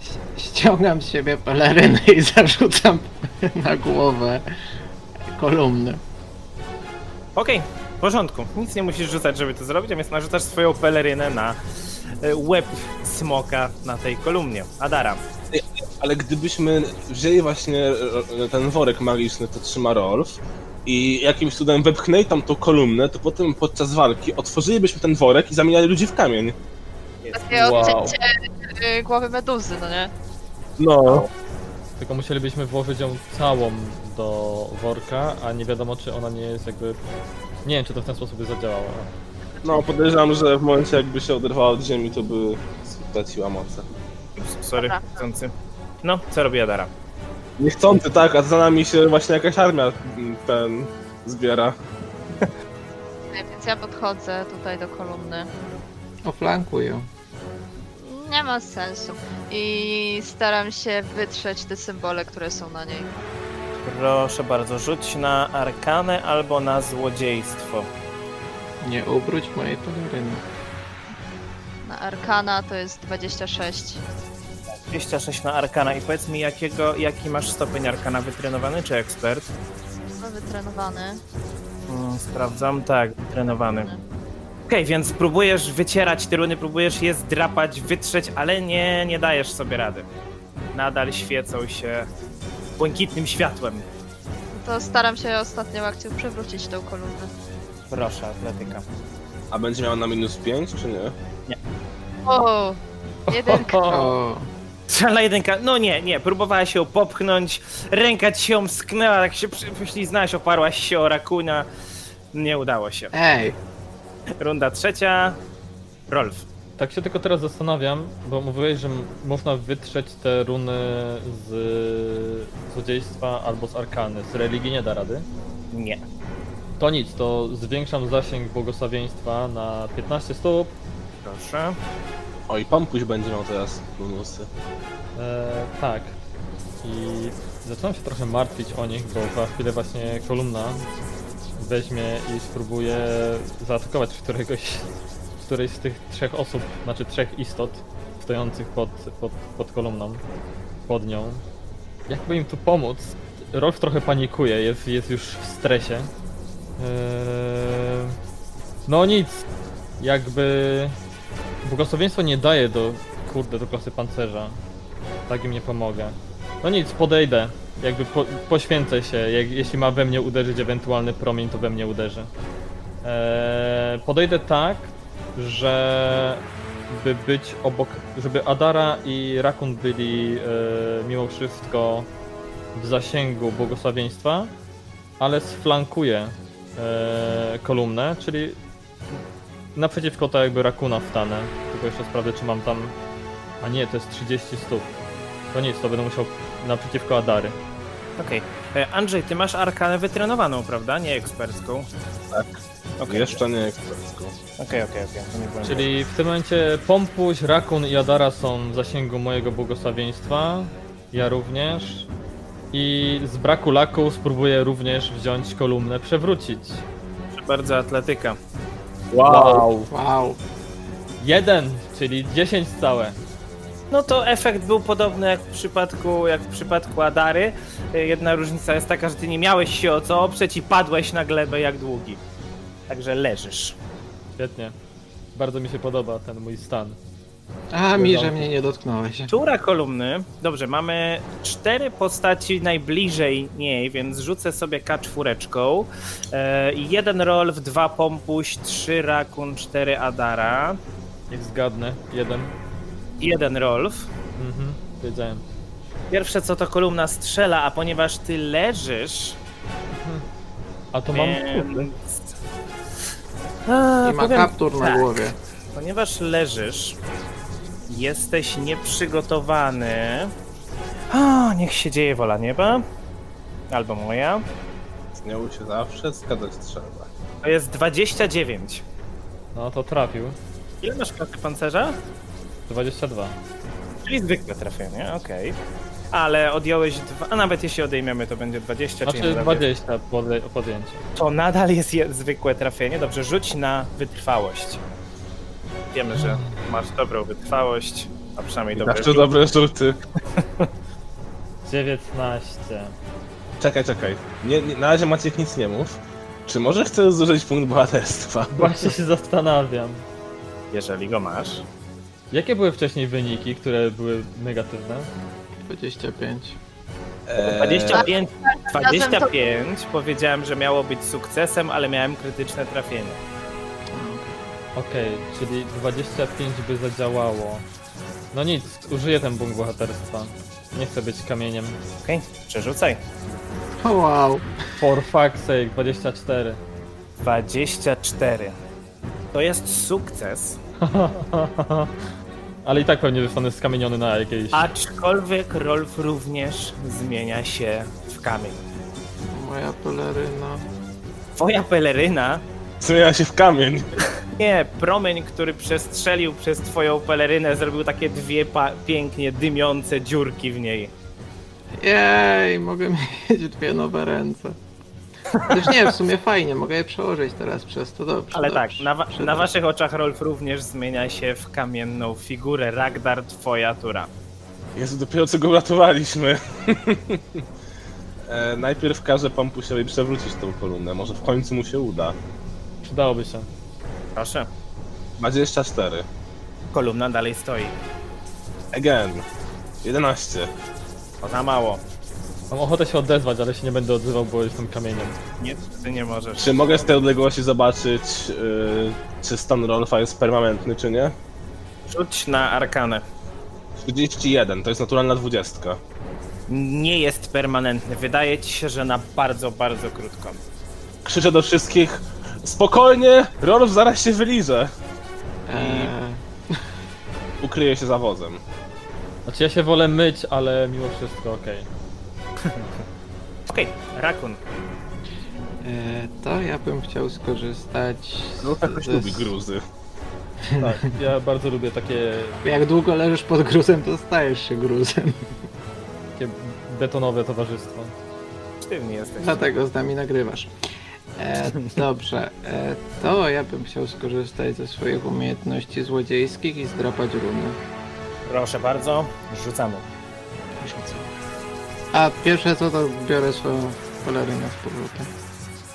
[SPEAKER 4] S- Ściągam z siebie pelerynę i zarzucam na głowę kolumny.
[SPEAKER 2] Okej, w porządku. Nic nie musisz rzucać, żeby to zrobić, a więc narzucasz swoją pelerynę na e, łeb smoka na tej kolumnie. Adara.
[SPEAKER 5] Ale gdybyśmy wzięli właśnie e, ten worek magiczny, to trzyma Rolf, i jakimś cudem wepchnęli tam tą kolumnę, to potem podczas walki otworzylibyśmy ten worek i zamieniali ludzi w kamień.
[SPEAKER 6] Takie
[SPEAKER 3] Wow.
[SPEAKER 6] odcięcie y, głowy meduzy, no nie?
[SPEAKER 5] No,
[SPEAKER 3] Tylko musielibyśmy włożyć ją całą do worka, a nie wiadomo czy ona nie jest jakby... Nie wiem czy to w ten sposób by zadziałało.
[SPEAKER 5] no podejrzewam, że w momencie jakby się oderwała od ziemi, to by straciła moce.
[SPEAKER 2] Ups, Sorry,
[SPEAKER 6] Dobra.
[SPEAKER 2] chcący. No, co robi Adara?
[SPEAKER 5] Niechcący, tak, a za nami się właśnie jakaś armia mm, ten zbiera.
[SPEAKER 6] E, Więc ja podchodzę tutaj do kolumny.
[SPEAKER 4] Oflankuję.
[SPEAKER 6] Nie ma sensu. I staram się wytrzeć te symbole, które są na niej.
[SPEAKER 2] Proszę bardzo, rzuć na arkanę albo na złodziejstwo.
[SPEAKER 4] Nie ubróć mojej peleryny.
[SPEAKER 6] Na Arkana to jest 26.
[SPEAKER 2] 26 na arkana i powiedz mi, jakiego, jaki masz stopień arkana wytrenowany czy ekspert?
[SPEAKER 6] No, wytrenowany.
[SPEAKER 2] Mm, Sprawdzam, tak, trenowany. Okej, więc próbujesz wycierać te runy, próbujesz je zdrapać, wytrzeć, ale nie, nie dajesz sobie rady. Nadal świecą się błękitnym światłem.
[SPEAKER 6] No to staram się ostatnią akcją przewrócić tą kolumnę.
[SPEAKER 2] Proszę, atletyka.
[SPEAKER 5] A będzie miała na minus 5, czy nie?
[SPEAKER 6] O! Jedynka.
[SPEAKER 4] O,
[SPEAKER 2] Strzelna jedynka, no nie, nie, próbowała się popchnąć, ręka ci się omsknęła, tak się przy- poślizgnęłaś, oparłaś się o rakuna. Nie udało się.
[SPEAKER 4] ej,
[SPEAKER 2] Runda trzecia. Rolf.
[SPEAKER 3] Tak się tylko teraz zastanawiam, bo mówiłeś, że m- można wytrzeć te runy z złodziejstwa albo z arkany. Z religii nie da rady.
[SPEAKER 2] Nie.
[SPEAKER 3] To nic, to zwiększam zasięg błogosławieństwa na 15 stóp.
[SPEAKER 2] Proszę.
[SPEAKER 5] Oj, pampuś będzie miał teraz bonusy.
[SPEAKER 3] E, tak. I zaczynam się trochę martwić o nich, bo za chwilę właśnie kolumna weźmie i spróbuje zaatakować któregoś, którejś z tych trzech osób, znaczy trzech istot stojących pod, pod, pod kolumną, pod nią. Jakby im tu pomóc? Rolf trochę panikuje, jest, jest już w stresie. Eee, no nic, jakby błogosławieństwo nie daje do, kurde, do klasy pancerza. Tak im nie pomogę. No nic, podejdę. Jakby po, poświęcę się. Jak, jeśli ma we mnie uderzyć ewentualny promień, to we mnie uderzy. Eee, podejdę tak, że by być obok, żeby Adara i Rakun byli eee, mimo wszystko w zasięgu błogosławieństwa, ale sflankuję eee, kolumnę, czyli naprzeciwko to jakby Rakuna wstanę. Tylko jeszcze sprawdzę, czy mam tam... A nie, to jest 30 stóp. To nic, to będę musiał naprzeciwko Adary.
[SPEAKER 2] Okej. E, Andrzej, ty masz arkanę wytrenowaną, prawda? Nie ekspercką.
[SPEAKER 5] Tak.
[SPEAKER 2] Okej.
[SPEAKER 5] Jeszcze nie ekspercko.
[SPEAKER 2] Okej, okej, okej. to nie byłem
[SPEAKER 3] Czyli w tym momencie Pompuś, Rakun i Adara są w zasięgu mojego błogosławieństwa. Ja również. I z braku laku spróbuję również wziąć kolumnę, przewrócić.
[SPEAKER 2] pewien. bardzo atletyka.
[SPEAKER 5] Wow!
[SPEAKER 4] wow.
[SPEAKER 3] Jeden, czyli 10 całe.
[SPEAKER 2] No to efekt był podobny jak w przypadku, jak w przypadku Adary. E, Jedna różnica jest taka, że ty nie miałeś się o co oprzeć i padłeś na glebę jak długi. Także leżysz.
[SPEAKER 3] Świetnie. Bardzo mi się podoba ten mój stan.
[SPEAKER 4] A mi, że mnie nie dotknąłeś.
[SPEAKER 2] Czura kolumny. Dobrze, mamy cztery postaci najbliżej niej, więc rzucę sobie K4. E, jeden Rolf, dwa Pompuś, trzy Rakun, cztery Adara.
[SPEAKER 3] Niech zgadnę. Jeden.
[SPEAKER 2] Jeden Rolf.
[SPEAKER 3] Mhm, wiedziałem.
[SPEAKER 2] Pierwsze co to kolumna strzela, a ponieważ ty leżysz,
[SPEAKER 3] A to mam...
[SPEAKER 2] więc... A,
[SPEAKER 4] I ma
[SPEAKER 2] powiem
[SPEAKER 4] kaptur na
[SPEAKER 2] tak.
[SPEAKER 4] głowie.
[SPEAKER 2] Ponieważ leżysz, jesteś nieprzygotowany. A, niech się dzieje wola nieba. Albo moja.
[SPEAKER 5] Z nią się zawsze zgadzać trzeba.
[SPEAKER 2] To jest 29.
[SPEAKER 3] No to trafił.
[SPEAKER 2] Ile masz karty pancerza?
[SPEAKER 3] 22.
[SPEAKER 2] Czyli zwykłe trafienie, okej. Ale odjąłeś dwa, a nawet jeśli odejmiemy, to będzie 20, czyli
[SPEAKER 3] Znaczy
[SPEAKER 2] nadal
[SPEAKER 3] 20 podle- podjęcie.
[SPEAKER 2] Jest, to nadal jest je, zwykłe trafienie. Dobrze, rzuć na wytrwałość. Wiemy, że masz dobrą wytrwałość, a przynajmniej dobre
[SPEAKER 5] Zawsze
[SPEAKER 2] rzuty.
[SPEAKER 5] dobre rzuty.
[SPEAKER 3] 19.
[SPEAKER 5] Czekaj, czekaj. Nie, nie, na razie Maciek nic nie mów. Czy może chcesz zużyć punkt bohaterstwa?
[SPEAKER 3] Właśnie się zastanawiam.
[SPEAKER 2] jeżeli go masz.
[SPEAKER 3] Jakie były wcześniej wyniki, które były negatywne?
[SPEAKER 4] 25.
[SPEAKER 5] Eee,
[SPEAKER 2] 25,
[SPEAKER 6] Razem to-
[SPEAKER 2] 25 powiedziałem, że miało być sukcesem, ale miałem krytyczne trafienie.
[SPEAKER 3] Okej, czyli 25 by zadziałało. No nic, użyję ten punkt bohaterstwa. Nie chcę być kamieniem.
[SPEAKER 2] Okej, przerzucaj.
[SPEAKER 4] O, wow.
[SPEAKER 3] For fuck's sake, 24.
[SPEAKER 2] 24. To jest sukces,
[SPEAKER 3] Ale i tak pewnie wystanę skamieniony na jakiejś...
[SPEAKER 2] aczkolwiek Rolf również zmienia się w kamień.
[SPEAKER 4] Moja peleryna.
[SPEAKER 2] Twoja peleryna
[SPEAKER 5] Zmienia się w kamień.
[SPEAKER 2] Nie, promień, który przestrzelił przez twoją pelerynę, zrobił takie dwie pa- pięknie dymiące dziurki w niej.
[SPEAKER 4] Jej, mogę mieć dwie nowe ręce. Też nie, w sumie fajnie, mogę je przełożyć teraz przez to dobrze.
[SPEAKER 2] Ale tak,
[SPEAKER 4] dobrze,
[SPEAKER 2] na, wa-
[SPEAKER 4] dobrze.
[SPEAKER 2] na waszych oczach Rolf również zmienia się w kamienną figurę. Ragdar, twoja tura.
[SPEAKER 5] Jezu, dopiero co go uratowaliśmy. e, najpierw każę Pampusiowi przewrócić tą kolumnę, może w końcu mu się uda.
[SPEAKER 3] Przydałoby się.
[SPEAKER 2] Proszę.
[SPEAKER 5] 24.
[SPEAKER 2] Kolumna dalej stoi.
[SPEAKER 5] Again. 11.
[SPEAKER 2] To za mało.
[SPEAKER 3] Mam ochotę się odezwać, ale się nie będę odzywał, bo jestem kamieniem.
[SPEAKER 2] Nie, ty nie możesz.
[SPEAKER 5] Czy mogę z tej odległości zobaczyć, yy, czy stan Rolfa jest permanentny, czy nie?
[SPEAKER 2] Rzuć na arkanę.
[SPEAKER 5] 31, to jest naturalna 20.
[SPEAKER 2] Nie jest permanentny. Wydaje ci się, że na bardzo, bardzo krótko.
[SPEAKER 5] Krzyczę do wszystkich, spokojnie, Rolf zaraz się wyliże.
[SPEAKER 4] Eee,
[SPEAKER 5] Ukryje się za wozem.
[SPEAKER 3] Znaczy ja się wolę myć, ale mimo wszystko okej.
[SPEAKER 2] Okej, Rakun.
[SPEAKER 4] eee, to ja bym chciał skorzystać z...
[SPEAKER 5] Rolf jakoś
[SPEAKER 4] ze-
[SPEAKER 5] No, lubi gruzy.
[SPEAKER 3] Tak, ja bardzo lubię takie,
[SPEAKER 4] Jak długo leżysz pod gruzem, to stajesz się gruzem.
[SPEAKER 3] takie betonowe towarzystwo.
[SPEAKER 2] Sztywny jesteś.
[SPEAKER 4] Dlatego z nami nagrywasz. E, dobrze, e, to ja bym chciał skorzystać ze swoich umiejętności złodziejskich i zdrapać runy.
[SPEAKER 2] Proszę bardzo, rzucamy.
[SPEAKER 4] A pierwsze co to biorę swoją polerynę z powrotem.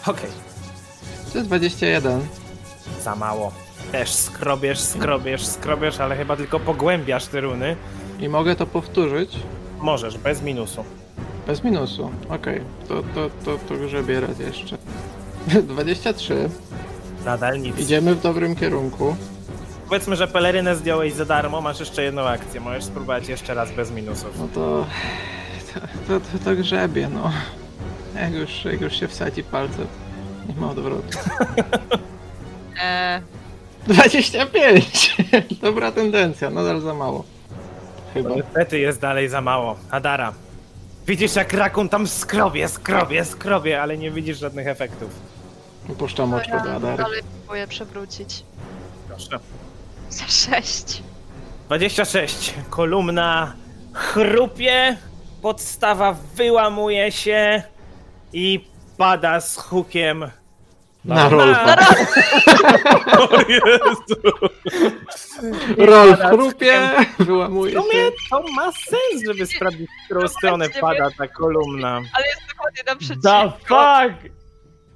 [SPEAKER 2] Okej.
[SPEAKER 4] To jest 21.
[SPEAKER 2] Za mało. Też skrobiesz, skrobiesz, skrobiesz, ale chyba tylko pogłębiasz te runy.
[SPEAKER 4] I mogę to powtórzyć
[SPEAKER 2] Możesz, bez minusu.
[SPEAKER 4] bez minusu. Okej, to, to, to, to grzebię raz jeszcze. 23.
[SPEAKER 2] Nadal nic.
[SPEAKER 4] Idziemy w dobrym kierunku.
[SPEAKER 2] Powiedzmy, że pelerynę zdjąłeś za darmo, masz jeszcze jedną akcję. Możesz spróbować jeszcze raz bez minusów.
[SPEAKER 4] No to... To, to, to, to grzebie, no. Jak już, jak już się wsadzi palce, nie ma odwrotu.
[SPEAKER 6] E,
[SPEAKER 4] 25! Dobra tendencja, nadal za mało. Chyba.
[SPEAKER 2] Niestety jest dalej za mało. Adara. Widzisz jak rakun tam skrobie, skrobie, skrobie, ale nie widzisz żadnych efektów.
[SPEAKER 4] Upuszczam oczko do
[SPEAKER 6] ja
[SPEAKER 4] Adary.
[SPEAKER 6] dalej próbuję przewrócić.
[SPEAKER 2] Proszę.
[SPEAKER 6] Za sześć.
[SPEAKER 2] 26. Kolumna chrupie, podstawa wyłamuje się i pada z hukiem
[SPEAKER 4] Na Rolfa.
[SPEAKER 5] O Jezu!
[SPEAKER 4] Rolf chrupie, wyłamuje
[SPEAKER 2] W sumie
[SPEAKER 4] się.
[SPEAKER 2] to ma sens, żeby sprawdzić, w którą stronę pada ta kolumna.
[SPEAKER 6] Ale jest dokładnie naprzeciwko.
[SPEAKER 3] Da fuck!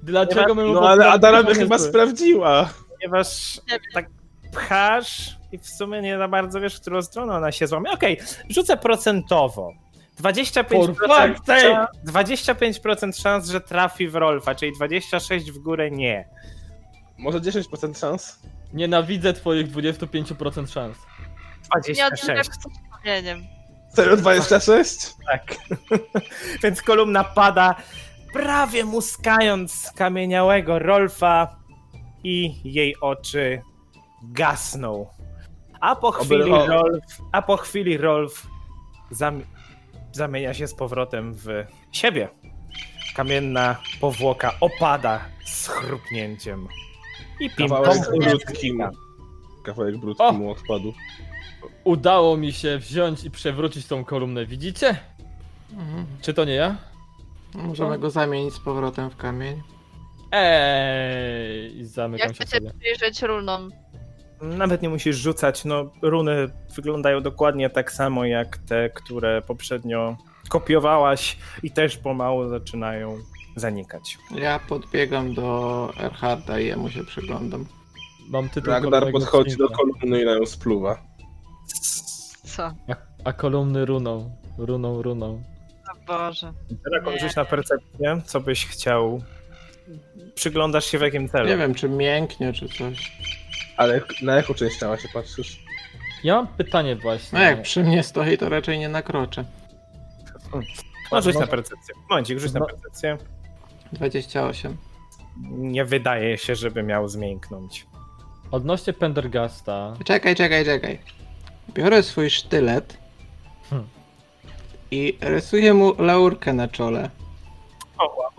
[SPEAKER 3] Dlaczego my mu
[SPEAKER 5] No ale Adara by
[SPEAKER 3] podkreślamy
[SPEAKER 5] chyba
[SPEAKER 3] to?
[SPEAKER 5] sprawdziła.
[SPEAKER 2] Ponieważ tak pchasz i w sumie nie za bardzo wiesz, w którą stronę ona się złamie. Okej, rzucę procentowo. 25%,
[SPEAKER 3] For fuck's sake!
[SPEAKER 2] 25% szans, że trafi w Rolfa, czyli 26 w górę nie.
[SPEAKER 5] Może 10% szans?
[SPEAKER 3] Nienawidzę twoich 25% szans.
[SPEAKER 6] Nie odbieram
[SPEAKER 2] 26,
[SPEAKER 6] chcę kamieniem.
[SPEAKER 5] Serio 26?
[SPEAKER 2] tak. Więc kolumna pada prawie muskając skamieniałego Rolfa i jej oczy gasną. A po chwili
[SPEAKER 5] Oberwało.
[SPEAKER 2] Rolf, a po chwili Rolf zam- zamienia się z powrotem w siebie. Kamienna powłoka opada z chrupnięciem. I pim
[SPEAKER 5] Kawałek
[SPEAKER 2] pom-
[SPEAKER 5] brudkim. Kawałek
[SPEAKER 3] O!
[SPEAKER 5] brudkim mu odpadł.
[SPEAKER 3] Udało mi się wziąć i przewrócić tą kolumnę, widzicie?
[SPEAKER 4] Mhm.
[SPEAKER 3] Czy to nie ja?
[SPEAKER 4] Możemy go zamienić z powrotem w kamień.
[SPEAKER 3] Eee, i zamykam
[SPEAKER 6] Jak
[SPEAKER 3] się
[SPEAKER 6] chcecie
[SPEAKER 3] sobie.
[SPEAKER 6] przyjrzeć runom?
[SPEAKER 2] Nawet nie musisz rzucać, no runy wyglądają dokładnie tak samo jak te, które poprzednio kopiowałaś i też pomału zaczynają zanikać.
[SPEAKER 4] Ja podbiegam do Erharda i jemu się przyglądam.
[SPEAKER 3] Mam tytuł
[SPEAKER 5] Ragnar
[SPEAKER 3] kolejnego
[SPEAKER 5] podchodzi do
[SPEAKER 3] odcinka.
[SPEAKER 5] kolumny i na nią spluwa.
[SPEAKER 6] Co?
[SPEAKER 3] A kolumny runą, runą, runą.
[SPEAKER 6] O Boże.
[SPEAKER 2] Teraz rzuć na percepcję, co byś chciał. Przyglądasz się w jakim celu?
[SPEAKER 4] Nie wiem, czy mięknie, czy coś.
[SPEAKER 5] Ale na jaką część ciała się patrzysz?
[SPEAKER 3] Ja mam pytanie właśnie.
[SPEAKER 4] No jak przy mnie stoi, to raczej nie nakroczę.
[SPEAKER 2] No, rzuć na percepcję. Momencik, rzuć na
[SPEAKER 4] No.
[SPEAKER 2] percepcję.
[SPEAKER 4] 28.
[SPEAKER 2] Nie wydaje się, żeby miał zmięknąć.
[SPEAKER 3] Odnośnie Pendergasta,
[SPEAKER 4] Czekaj, czekaj, czekaj. Biorę swój sztylet
[SPEAKER 3] Hmm.
[SPEAKER 4] i rysuję mu laurkę na czole.
[SPEAKER 2] O, wow.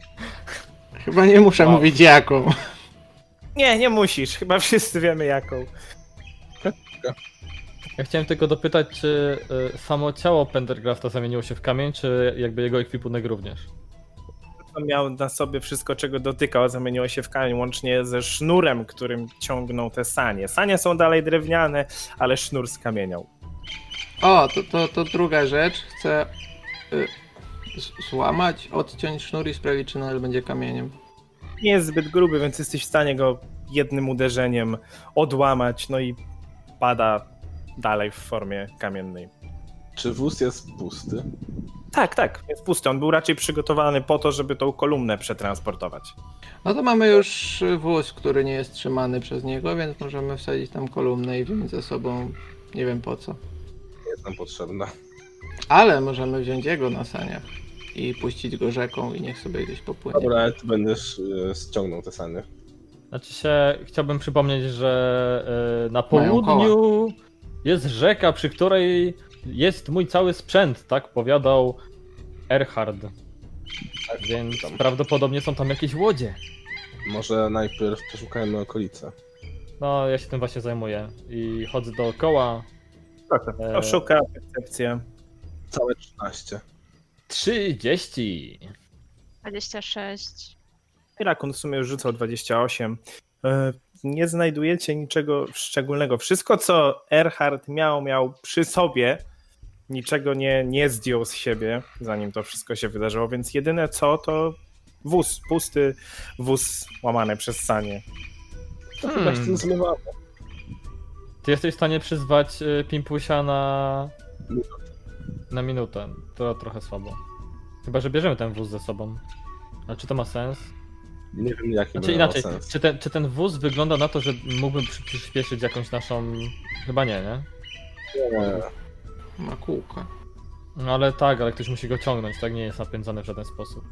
[SPEAKER 4] Chyba nie muszę
[SPEAKER 3] Wow.
[SPEAKER 4] mówić jaką.
[SPEAKER 2] Nie, nie musisz. Chyba wszyscy wiemy jaką.
[SPEAKER 3] ja chciałem tylko dopytać, czy y, samo ciało Pendergasta zamieniło się w kamień, czy jakby jego ekwipunek również?
[SPEAKER 2] On miał na sobie wszystko, czego dotykał, zamieniło się w kamień, łącznie ze sznurem, którym ciągnął te sanie. Sanie są dalej drewniane, ale sznur skamieniał.
[SPEAKER 4] O, to, to, to druga rzecz. Chcę y, z- złamać, odciąć sznur i sprawić, czy nadal będzie kamieniem.
[SPEAKER 2] Nie jest zbyt gruby, więc jesteś w stanie go jednym uderzeniem odłamać, no i pada dalej w formie kamiennej.
[SPEAKER 5] Czy wóz jest pusty?
[SPEAKER 2] Tak, tak, jest pusty. On był raczej przygotowany po to, żeby tą kolumnę przetransportować.
[SPEAKER 4] No to mamy już wóz, który nie jest trzymany przez niego, więc możemy wsadzić tam kolumnę i wziąć ze sobą nie wiem po co.
[SPEAKER 5] Nie jest nam potrzebna.
[SPEAKER 4] Ale możemy wziąć jego na saniach i puścić go rzeką i niech sobie gdzieś popłynie.
[SPEAKER 5] Dobra, ty będziesz e, ściągnął te sanie.
[SPEAKER 3] Znaczy się, chciałbym przypomnieć, że y, na
[SPEAKER 4] Mają
[SPEAKER 3] południu jest rzeka, przy której jest mój cały sprzęt, tak powiadał Erhard. Tak Więc
[SPEAKER 5] tam.
[SPEAKER 3] prawdopodobnie są tam jakieś łodzie.
[SPEAKER 5] Może najpierw przeszukajmy okolice.
[SPEAKER 3] No, ja się tym właśnie zajmuję i chodzę dookoła. E,
[SPEAKER 2] Oszuka percepcję.
[SPEAKER 5] Całe 13.
[SPEAKER 3] 30!
[SPEAKER 6] 26.
[SPEAKER 2] Rakun w sumie już rzucał 28. E, Nie znajdujecie niczego szczególnego. Wszystko, co Erhard miał, miał przy sobie. Niczego nie, nie zdjął z siebie, zanim to wszystko się wydarzyło, więc jedyne co to wóz, pusty wóz łamany przez sanie.
[SPEAKER 5] To chyba
[SPEAKER 3] Hmm.
[SPEAKER 5] się tym zmywało.
[SPEAKER 3] Ty jesteś w stanie przyzwać y, Pimpusia na.
[SPEAKER 5] Minutę.
[SPEAKER 3] na minutę. To trochę słabo. Chyba, że bierzemy ten wóz ze sobą. A czy to ma sens?
[SPEAKER 5] Nie wiem, jaki
[SPEAKER 3] Znaczy
[SPEAKER 5] by miał
[SPEAKER 3] inaczej,
[SPEAKER 5] sens.
[SPEAKER 3] czy ten, czy ten wóz wygląda na to, że mógłby przy- przyspieszyć jakąś naszą. Chyba nie, nie?
[SPEAKER 5] Nie,
[SPEAKER 4] Ma kółka.
[SPEAKER 3] No ale tak, ale ktoś musi go ciągnąć, tak nie jest napędzany w żaden sposób.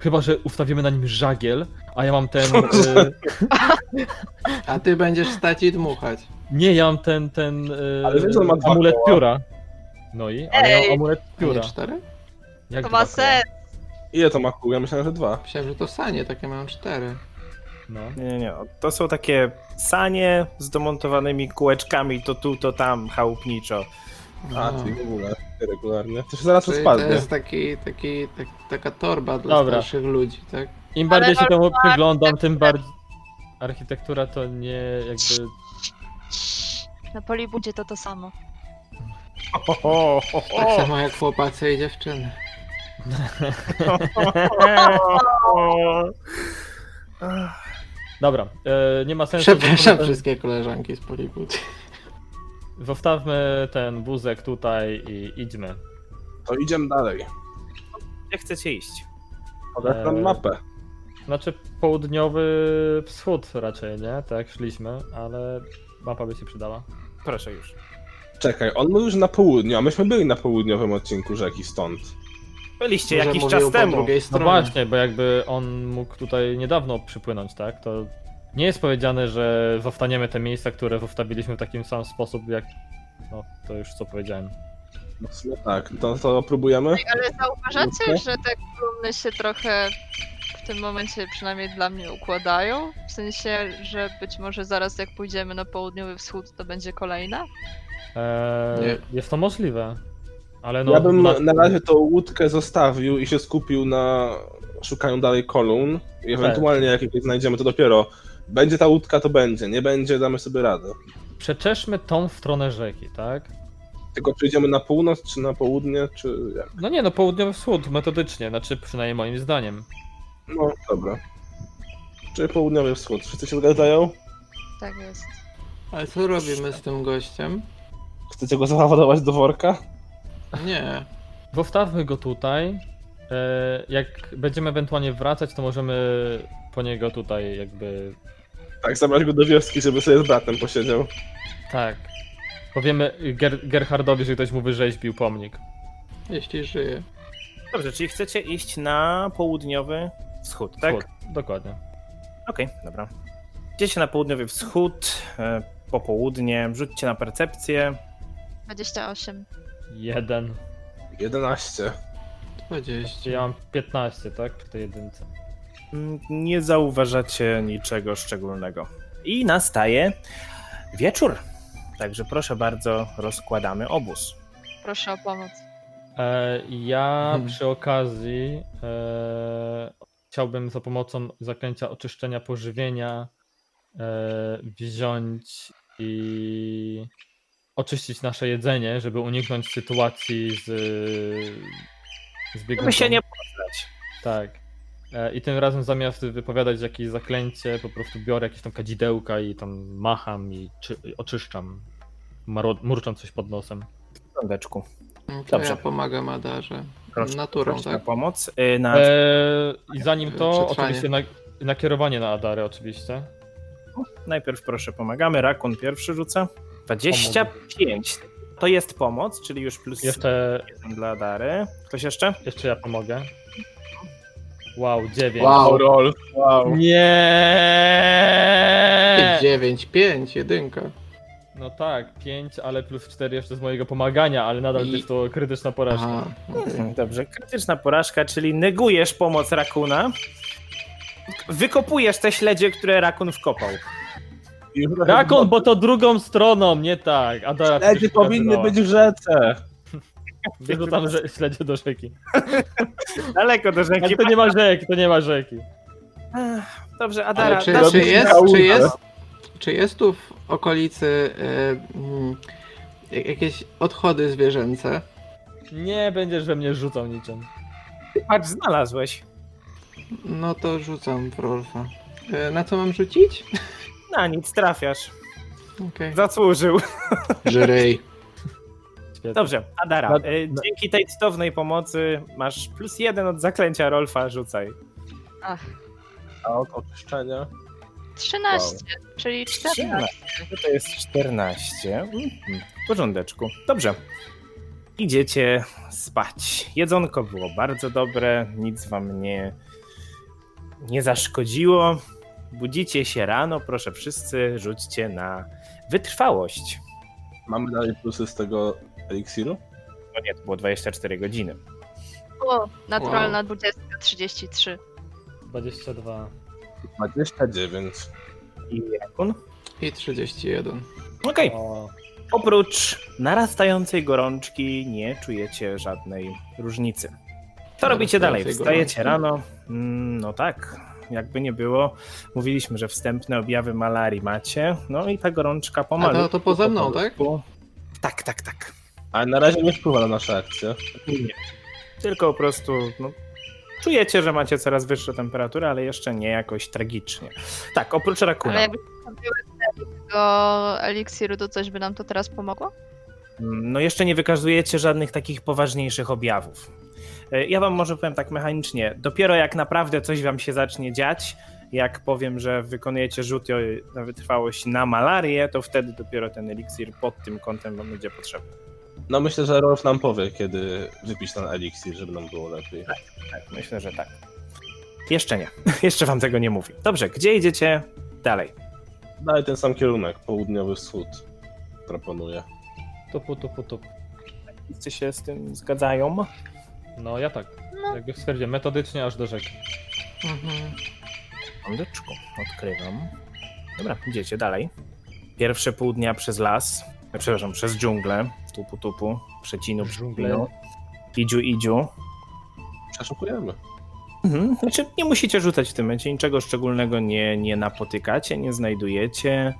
[SPEAKER 3] Chyba, że ustawimy na nim żagiel, a ja mam ten. Y,
[SPEAKER 4] A ty będziesz stać i dmuchać.
[SPEAKER 3] nie, ja mam ten. ten y,
[SPEAKER 5] Ale wiesz, że on ma dwa
[SPEAKER 3] amulet
[SPEAKER 5] koła.
[SPEAKER 3] pióra. No i, ale ja mam
[SPEAKER 6] Ej!
[SPEAKER 3] amulet
[SPEAKER 4] A nie
[SPEAKER 3] pióra.
[SPEAKER 4] cztery?
[SPEAKER 1] Tak,
[SPEAKER 3] Jak
[SPEAKER 6] To
[SPEAKER 3] dwa
[SPEAKER 6] ma
[SPEAKER 3] koła?
[SPEAKER 6] sens.
[SPEAKER 5] Ile to ma kół? Ja myślałem, że dwa.
[SPEAKER 4] Myślałem, że to sanie, takie mają cztery.
[SPEAKER 3] No.
[SPEAKER 2] Nie, nie, nie. To są takie sanie z domontowanymi kółeczkami, to tu, to tam, chałupniczo.
[SPEAKER 5] A,
[SPEAKER 4] No.
[SPEAKER 5] czyli w ogóle regularnie. To się zaraz
[SPEAKER 4] Czyli to
[SPEAKER 5] rozpadnie.
[SPEAKER 4] jest taki, taki, tak, taka torba dla
[SPEAKER 3] Dobra.
[SPEAKER 4] starszych ludzi, tak?
[SPEAKER 3] Im
[SPEAKER 6] Ale
[SPEAKER 3] bardziej się temu
[SPEAKER 6] walka-
[SPEAKER 3] przyglądam, tym bardziej. Architektura to nie jakby.
[SPEAKER 6] Na Polibudzie to to samo.
[SPEAKER 2] Ho, ho, ho,
[SPEAKER 4] Tak
[SPEAKER 2] ho.
[SPEAKER 4] samo jak chłopacy i dziewczyny.
[SPEAKER 2] Ach,
[SPEAKER 3] Dobra, e, nie ma sensu.
[SPEAKER 4] Przepraszam
[SPEAKER 3] zostawmy-
[SPEAKER 4] wszystkie koleżanki z Polibud.
[SPEAKER 3] Zostawmy ten wózek tutaj i idźmy.
[SPEAKER 5] To idziemy dalej.
[SPEAKER 2] Gdzie chcecie iść?
[SPEAKER 5] Podaj nam
[SPEAKER 3] Eee.
[SPEAKER 5] mapę.
[SPEAKER 3] Znaczy południowy wschód raczej, nie? Tak, szliśmy, ale mapa by się przydała.
[SPEAKER 2] Proszę już.
[SPEAKER 5] Czekaj, on mówił, że na południu, a myśmy byli na południowym odcinku rzeki stąd.
[SPEAKER 2] Byliście
[SPEAKER 4] Może
[SPEAKER 2] jakiś
[SPEAKER 4] mówił
[SPEAKER 2] czas
[SPEAKER 4] po
[SPEAKER 2] temu.
[SPEAKER 4] drugiej
[SPEAKER 3] No
[SPEAKER 4] stronie.
[SPEAKER 3] właśnie, bo jakby on mógł tutaj niedawno przypłynąć, tak? To nie jest powiedziane, że zostaniemy te miejsca, które zostawiliśmy w takim sam sposób, jak. No, to już co powiedziałem.
[SPEAKER 5] No w sumie tak, to, to próbujemy?
[SPEAKER 6] Ale zauważacie,
[SPEAKER 5] Lubię.
[SPEAKER 6] że te kolumny się trochę w tym momencie przynajmniej dla mnie układają? W sensie, że być może zaraz jak pójdziemy na południowy wschód, to będzie kolejna?
[SPEAKER 3] Eee,
[SPEAKER 4] Nie.
[SPEAKER 3] jest to możliwe. Ale no.
[SPEAKER 5] Ja bym
[SPEAKER 3] ma-
[SPEAKER 5] na razie tą łódkę zostawił i się skupił na szukaniu dalej kolumn. I ewentualnie jak jakieś znajdziemy, to dopiero będzie ta łódka, to będzie. Nie będzie, damy sobie radę.
[SPEAKER 3] Przeczeszmy tą stronę rzeki, tak?
[SPEAKER 5] Tylko czy idziemy na północ, czy na południe, czy jak?
[SPEAKER 3] No nie, no południowy wschód metodycznie, znaczy przynajmniej moim zdaniem.
[SPEAKER 5] No, dobra. Czy południowy wschód? Wszyscy się zgadzają?
[SPEAKER 6] Tak jest.
[SPEAKER 4] Ale co robimy z tym gościem?
[SPEAKER 5] Chcecie go załadować do worka?
[SPEAKER 4] Nie.
[SPEAKER 3] Zostawmy go tutaj. E, Jak będziemy ewentualnie wracać, to możemy po niego tutaj jakby.
[SPEAKER 5] Tak, zabrać go do wioski, żeby sobie z bratem posiedział.
[SPEAKER 3] Tak. Powiemy Ger- Gerhardowi, że ktoś mu wyrzeźbił pomnik.
[SPEAKER 4] jeśli żyje.
[SPEAKER 2] Dobrze, czyli chcecie iść na południowy wschód, tak?
[SPEAKER 3] Wschód, Dokładnie.
[SPEAKER 2] Okej, dobra. Idziecie na południowy wschód, e, popołudnie, rzućcie na percepcję.
[SPEAKER 6] 28.
[SPEAKER 3] Jeden.
[SPEAKER 5] 11.
[SPEAKER 4] 20.
[SPEAKER 3] Czyli ja mam 15, tak? Przy tej jedynce.
[SPEAKER 2] Mm, Nie zauważacie niczego szczególnego. I nastaje wieczór. Także proszę bardzo, rozkładamy obóz.
[SPEAKER 6] Proszę o pomoc.
[SPEAKER 3] E, ja
[SPEAKER 4] Mhm.
[SPEAKER 3] przy okazji e, chciałbym za pomocą zaklęcia oczyszczenia pożywienia e, wziąć i oczyścić nasze jedzenie, żeby uniknąć sytuacji z, z biegunką.
[SPEAKER 2] Żeby się nie poznać.
[SPEAKER 3] Tak. E, I tym razem zamiast wypowiadać jakieś zaklęcie, po prostu biorę jakieś tam kadzidełka i tam macham i czy, oczyszczam, maro- murczam coś pod nosem.
[SPEAKER 2] Sądeczku,
[SPEAKER 4] To
[SPEAKER 2] Dobrze.
[SPEAKER 4] ja pomagam Adarze.
[SPEAKER 2] proszę,
[SPEAKER 4] Naturą,
[SPEAKER 2] proszę na
[SPEAKER 4] tak?
[SPEAKER 2] pomoc. Y, Na...
[SPEAKER 3] E, I zanim to,
[SPEAKER 4] Przetrwanie.
[SPEAKER 3] oczywiście na, nakierowanie na Adarę, oczywiście.
[SPEAKER 2] Najpierw proszę, pomagamy. Rakun pierwszy rzuca. 25. To jest pomoc, czyli już plus
[SPEAKER 3] Jeszcze,
[SPEAKER 2] jeden dla Dary. Ktoś jeszcze?
[SPEAKER 3] jeszcze ja pomogę. Wow, 9.
[SPEAKER 4] Wow,
[SPEAKER 5] Rolf, wow.
[SPEAKER 3] Nie!
[SPEAKER 4] 9, 5, 1.
[SPEAKER 3] No tak, 5, ale plus 4 jeszcze z mojego pomagania, ale nadal
[SPEAKER 4] I-
[SPEAKER 3] jest to krytyczna porażka.
[SPEAKER 4] Aha. okej.
[SPEAKER 2] Dobrze, krytyczna porażka, czyli negujesz pomoc Rakuna. Wykopujesz te śledzie, które Rakun wkopał.
[SPEAKER 5] Już
[SPEAKER 3] Rakon, Tak, bo to drugą stroną, nie tak. Adara przecież
[SPEAKER 5] Śledzi powinny
[SPEAKER 3] pokazywała.
[SPEAKER 5] być w rzece.
[SPEAKER 3] Wyrzucam że śledzie do rzeki.
[SPEAKER 2] Daleko do rzeki.
[SPEAKER 3] Ale to nie ma rzeki, to nie ma rzeki.
[SPEAKER 2] Ach, Dobrze, Adara,
[SPEAKER 4] Ale czy,
[SPEAKER 2] dasz-
[SPEAKER 4] czy,
[SPEAKER 5] robisz
[SPEAKER 4] jest,
[SPEAKER 5] kałdę.
[SPEAKER 4] czy, jest, czy jest tu w okolicy e, mm, jak- jakieś odchody zwierzęce?
[SPEAKER 3] Nie będziesz we mnie rzucał niczym.
[SPEAKER 2] patrz, znalazłeś.
[SPEAKER 4] No to rzucam w Rolfa. E, Na co mam rzucić?
[SPEAKER 2] Na nic, trafiasz.
[SPEAKER 4] Okej.
[SPEAKER 2] Zasłużył.
[SPEAKER 4] Żyrej.
[SPEAKER 3] Świetnie.
[SPEAKER 2] Dobrze, Adara,
[SPEAKER 3] Na-
[SPEAKER 2] y,
[SPEAKER 3] na-
[SPEAKER 2] dzięki tej cudownej pomocy masz plus jeden od zaklęcia Rolfa, rzucaj.
[SPEAKER 5] A od oczyszczenia?
[SPEAKER 6] 13, czyli 14.
[SPEAKER 2] To jest 14. Mhm. W porządeczku. Dobrze. Idziecie spać. Jedzonko było bardzo dobre, nic wam nie, nie zaszkodziło. Budzicie się rano, proszę wszyscy, rzućcie na wytrwałość.
[SPEAKER 5] Mamy dalej plusy z tego eliksiru?
[SPEAKER 2] No nie, to było 24 godziny.
[SPEAKER 6] O, naturalna 20, 33.
[SPEAKER 3] 22.
[SPEAKER 5] 29.
[SPEAKER 2] I Jakun?
[SPEAKER 4] I 31.
[SPEAKER 2] Okej.
[SPEAKER 3] O,
[SPEAKER 2] Oprócz narastającej gorączki nie czujecie żadnej różnicy. Co robicie
[SPEAKER 4] Narastającej
[SPEAKER 2] dalej? Wstajecie
[SPEAKER 4] gorączki.
[SPEAKER 2] rano? Mm, No tak, jakby nie było. Mówiliśmy, że wstępne objawy malarii macie. No i ta gorączka
[SPEAKER 4] A
[SPEAKER 2] pomalu.
[SPEAKER 4] to, to poza mną, tak?
[SPEAKER 2] Tak, tak, tak.
[SPEAKER 5] Ale na razie nie wpływa na nasze akcje.
[SPEAKER 2] Nie. Tylko po prostu no, czujecie, że macie coraz wyższe temperatury, ale jeszcze nie jakoś tragicznie. Tak, oprócz rakuna.
[SPEAKER 6] Ale jakby zrobiły tego eliksiru, to coś by nam to teraz pomogło?
[SPEAKER 2] No jeszcze nie wykazujecie żadnych takich poważniejszych objawów. E, Ja wam może powiem tak mechanicznie, dopiero jak naprawdę coś wam się zacznie dziać, jak powiem, że wykonujecie rzut e, na wytrwałość na malarię, to wtedy dopiero ten eliksir pod tym kątem wam będzie potrzebny.
[SPEAKER 5] No myślę, że Rolf nam powie, kiedy wypić ten eliksir, żeby nam było lepiej.
[SPEAKER 2] Tak, myślę, że tak. Jeszcze nie, jeszcze wam tego nie mówi. Dobrze, gdzie idziecie dalej?
[SPEAKER 5] Dalej No ten sam kierunek, południowy wschód. Proponuję.
[SPEAKER 3] tupu, tupu, tup.
[SPEAKER 2] Wszyscy się z tym zgadzają?
[SPEAKER 3] No ja tak. Jakby stwierdziłem, metodycznie aż do rzeki.
[SPEAKER 4] Mhm.
[SPEAKER 2] Sekundeczku, odkrywam. Dobra, idziecie dalej. Pierwsze pół dnia przez las, e, przepraszam, przez dżunglę, tupu tupu, przecinu,
[SPEAKER 3] Dżunglę.
[SPEAKER 2] przecinu, idziu, idziu.
[SPEAKER 5] Przeszukujemy.
[SPEAKER 2] Mhm. Znaczy, nie musicie rzucać w tym momencie, niczego szczególnego nie, nie napotykacie, nie znajdujecie.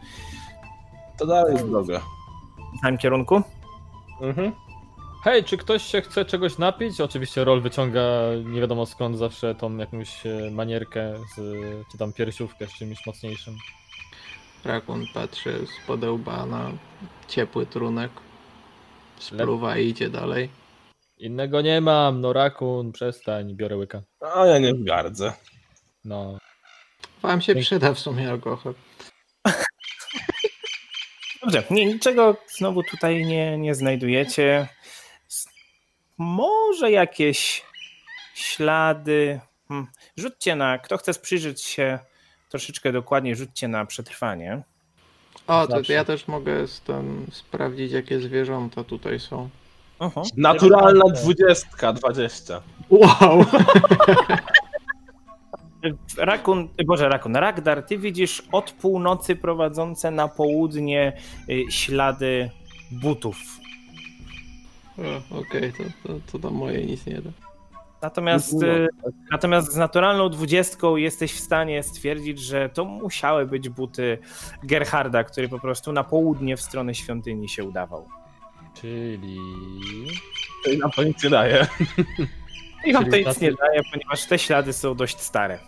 [SPEAKER 5] To dalej jest droga.
[SPEAKER 2] W samym kierunku?
[SPEAKER 5] Mhm.
[SPEAKER 3] Hej, czy ktoś się chce czegoś napić? Oczywiście Rol wyciąga nie wiadomo skąd zawsze tą jakąś e, manierkę z, czy tam piersiówkę z czymś mocniejszym.
[SPEAKER 4] Rakun patrzy z podełba na ciepły trunek. Spluwa i idzie dalej.
[SPEAKER 3] Innego nie mam, no rakun, przestań, biorę łyka.
[SPEAKER 5] A ja nie gardzę.
[SPEAKER 3] No,
[SPEAKER 4] Wam się
[SPEAKER 3] Dzięki.
[SPEAKER 4] przyda w sumie alkohol.
[SPEAKER 2] Dobrze, nie, niczego znowu tutaj nie, nie znajdujecie. S- Może jakieś ślady. Hmm. Rzućcie na. Kto chce przyjrzeć się troszeczkę dokładniej, rzućcie na przetrwanie.
[SPEAKER 4] O, to
[SPEAKER 2] Zawsze.
[SPEAKER 4] ja też mogę z tym sprawdzić, jakie zwierzęta tutaj są.
[SPEAKER 2] Oho.
[SPEAKER 5] Naturalna dwudziestka, dwadzieścia.
[SPEAKER 4] Wow!
[SPEAKER 2] Rakun, Boże, Rakun, Ragdar, ty widzisz od północy prowadzące na południe y, ślady butów.
[SPEAKER 4] O, Okej, to, to, to do mojej nic nie da.
[SPEAKER 2] Natomiast, y, natomiast z naturalną dwudziestką jesteś w stanie stwierdzić, że to musiały być buty Gerharda, który po prostu na południe w stronę świątyni się udawał.
[SPEAKER 3] Czyli...
[SPEAKER 5] Tej nam to nic nie daje.
[SPEAKER 2] I wam to
[SPEAKER 3] Czyli
[SPEAKER 2] nic
[SPEAKER 3] tacy-
[SPEAKER 2] nie daje, ponieważ te ślady są dość stare.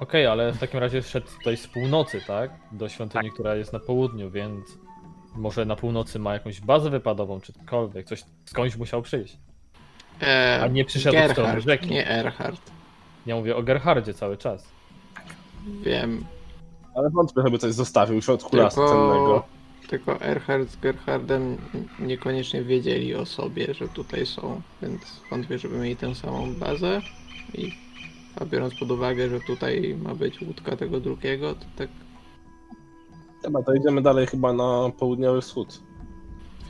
[SPEAKER 3] Okej, ale w takim razie szedł tutaj z północy, tak? Do świątyni, która jest na południu, więc może na północy ma jakąś bazę wypadową czy cokolwiek, coś skądś musiał przyjść.
[SPEAKER 4] E,
[SPEAKER 3] A nie przyszedł w stronę
[SPEAKER 4] Gerhard,
[SPEAKER 3] rzeki.
[SPEAKER 4] nie Erhard.
[SPEAKER 3] Ja mówię o Gerhardzie cały czas.
[SPEAKER 4] Wiem.
[SPEAKER 5] Ale wątpię, żeby coś zostawił w środku lasu cennego.
[SPEAKER 4] Tylko, tylko Erhard z Gerhardem niekoniecznie wiedzieli o sobie, że tutaj są, więc wątpię, żeby mieli tę samą bazę. I, a biorąc pod uwagę, że tutaj ma być łódka tego drugiego, to tak
[SPEAKER 5] Dobra, to idziemy dalej chyba na południowy wschód.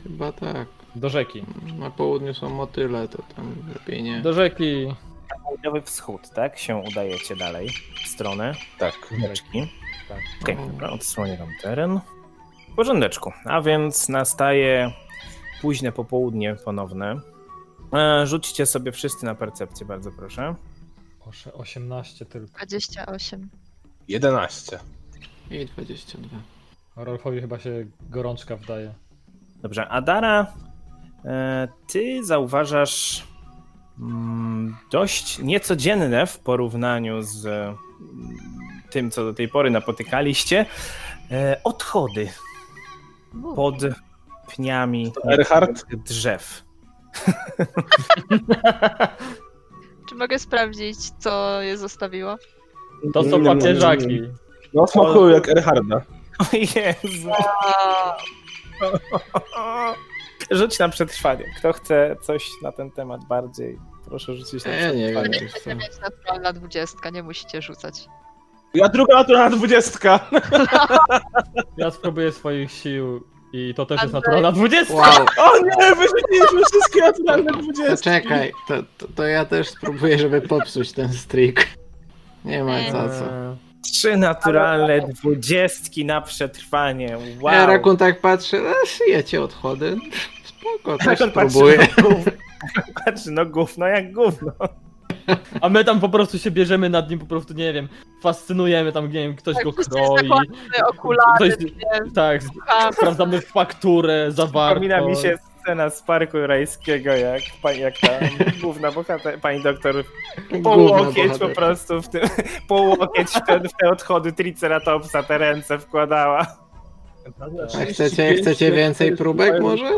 [SPEAKER 4] chyba tak.
[SPEAKER 3] Do rzeki.
[SPEAKER 4] Na południu są motyle, to tam lepiej nie.
[SPEAKER 3] Do rzeki.
[SPEAKER 2] Południowy wschód, tak? Się udajecie dalej w stronę.
[SPEAKER 5] Tak.
[SPEAKER 2] Rzeczki.
[SPEAKER 3] Tak.
[SPEAKER 2] Okej, dobra, odsłonię wam teren. W porządeczku. A więc nastaje późne popołudnie ponowne. E, Rzućcie sobie wszyscy na percepcję, bardzo proszę.
[SPEAKER 3] Osze- 18 tylko.
[SPEAKER 6] 28.
[SPEAKER 5] 11.
[SPEAKER 4] I 22.
[SPEAKER 3] A Rolfowi chyba się gorączka wdaje.
[SPEAKER 2] Dobrze, Adara, e, ty zauważasz mm, dość niecodzienne w porównaniu z mm, tym, co do tej pory napotykaliście, e, odchody pod pniami
[SPEAKER 5] To Erhard?
[SPEAKER 2] drzew.
[SPEAKER 6] Czy mogę sprawdzić, co je zostawiło?
[SPEAKER 3] To są papieżaki.
[SPEAKER 5] No smakuje jak Erharda.
[SPEAKER 2] O Jezu. Rzuć na przetrwanie. Kto chce coś na ten temat bardziej, proszę rzucić na
[SPEAKER 4] Ja nie
[SPEAKER 2] przetrwanie.
[SPEAKER 4] wiem.
[SPEAKER 6] Nie chcecie mieć naturalna dwudziestka, nie musicie rzucać.
[SPEAKER 5] Ja druga naturalna dwudziestka!
[SPEAKER 3] Ja spróbuję swoich sił i to też jest
[SPEAKER 6] Andrzej.
[SPEAKER 3] naturalna 20.
[SPEAKER 4] Wow!
[SPEAKER 5] O nie, wyrzuciliśmy wszystkie naturalne
[SPEAKER 4] To
[SPEAKER 5] dwudziestki!
[SPEAKER 4] czekaj, to, to, to ja też spróbuję, żeby popsuć ten streak. Nie ma za co.
[SPEAKER 2] Trzy naturalne dwudziestki na przetrwanie. Wow.
[SPEAKER 4] Ja Rakun tak patrzy, a szyję cię odchody. Spoko, też
[SPEAKER 2] Rakun patrzy
[SPEAKER 4] spróbuję.
[SPEAKER 2] na gówno. Patrzy, no gówno jak gówno.
[SPEAKER 3] A my tam po prostu się bierzemy nad nim, po prostu nie wiem, fascynujemy tam, nie wiem, ktoś
[SPEAKER 6] Tak,
[SPEAKER 3] go
[SPEAKER 6] wszyscy
[SPEAKER 3] kroi.
[SPEAKER 6] Te okulary,
[SPEAKER 3] Ktoś-
[SPEAKER 6] nie,
[SPEAKER 3] Tak,
[SPEAKER 6] a,
[SPEAKER 3] sprawdzamy fakturę, zawartość.
[SPEAKER 2] Przypomina mi się scena z Parku Rajskiego, jak, pa- jak ta główna bohater, pani doktor po
[SPEAKER 4] Gówno
[SPEAKER 2] łokieć po
[SPEAKER 4] bohater.
[SPEAKER 2] prostu w tym, po łokieć w te, w te odchody Triceratopsa te ręce wkładała.
[SPEAKER 4] A chcecie, chcecie więcej próbek może?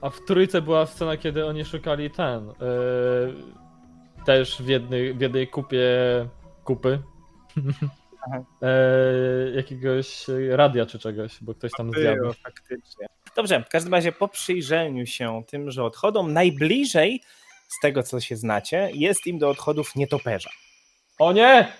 [SPEAKER 3] A w trójce była scena, kiedy oni szukali ten. Yy, też w jednej, w jednej kupie kupy.
[SPEAKER 2] Aha.
[SPEAKER 3] Yy, jakiegoś radia czy czegoś, bo ktoś tam zjadł.
[SPEAKER 2] Było, faktycznie. Dobrze, w każdym razie po przyjrzeniu się tym, że odchodzą najbliżej z tego, co się znacie, jest im do odchodów nietoperza.
[SPEAKER 3] O nie!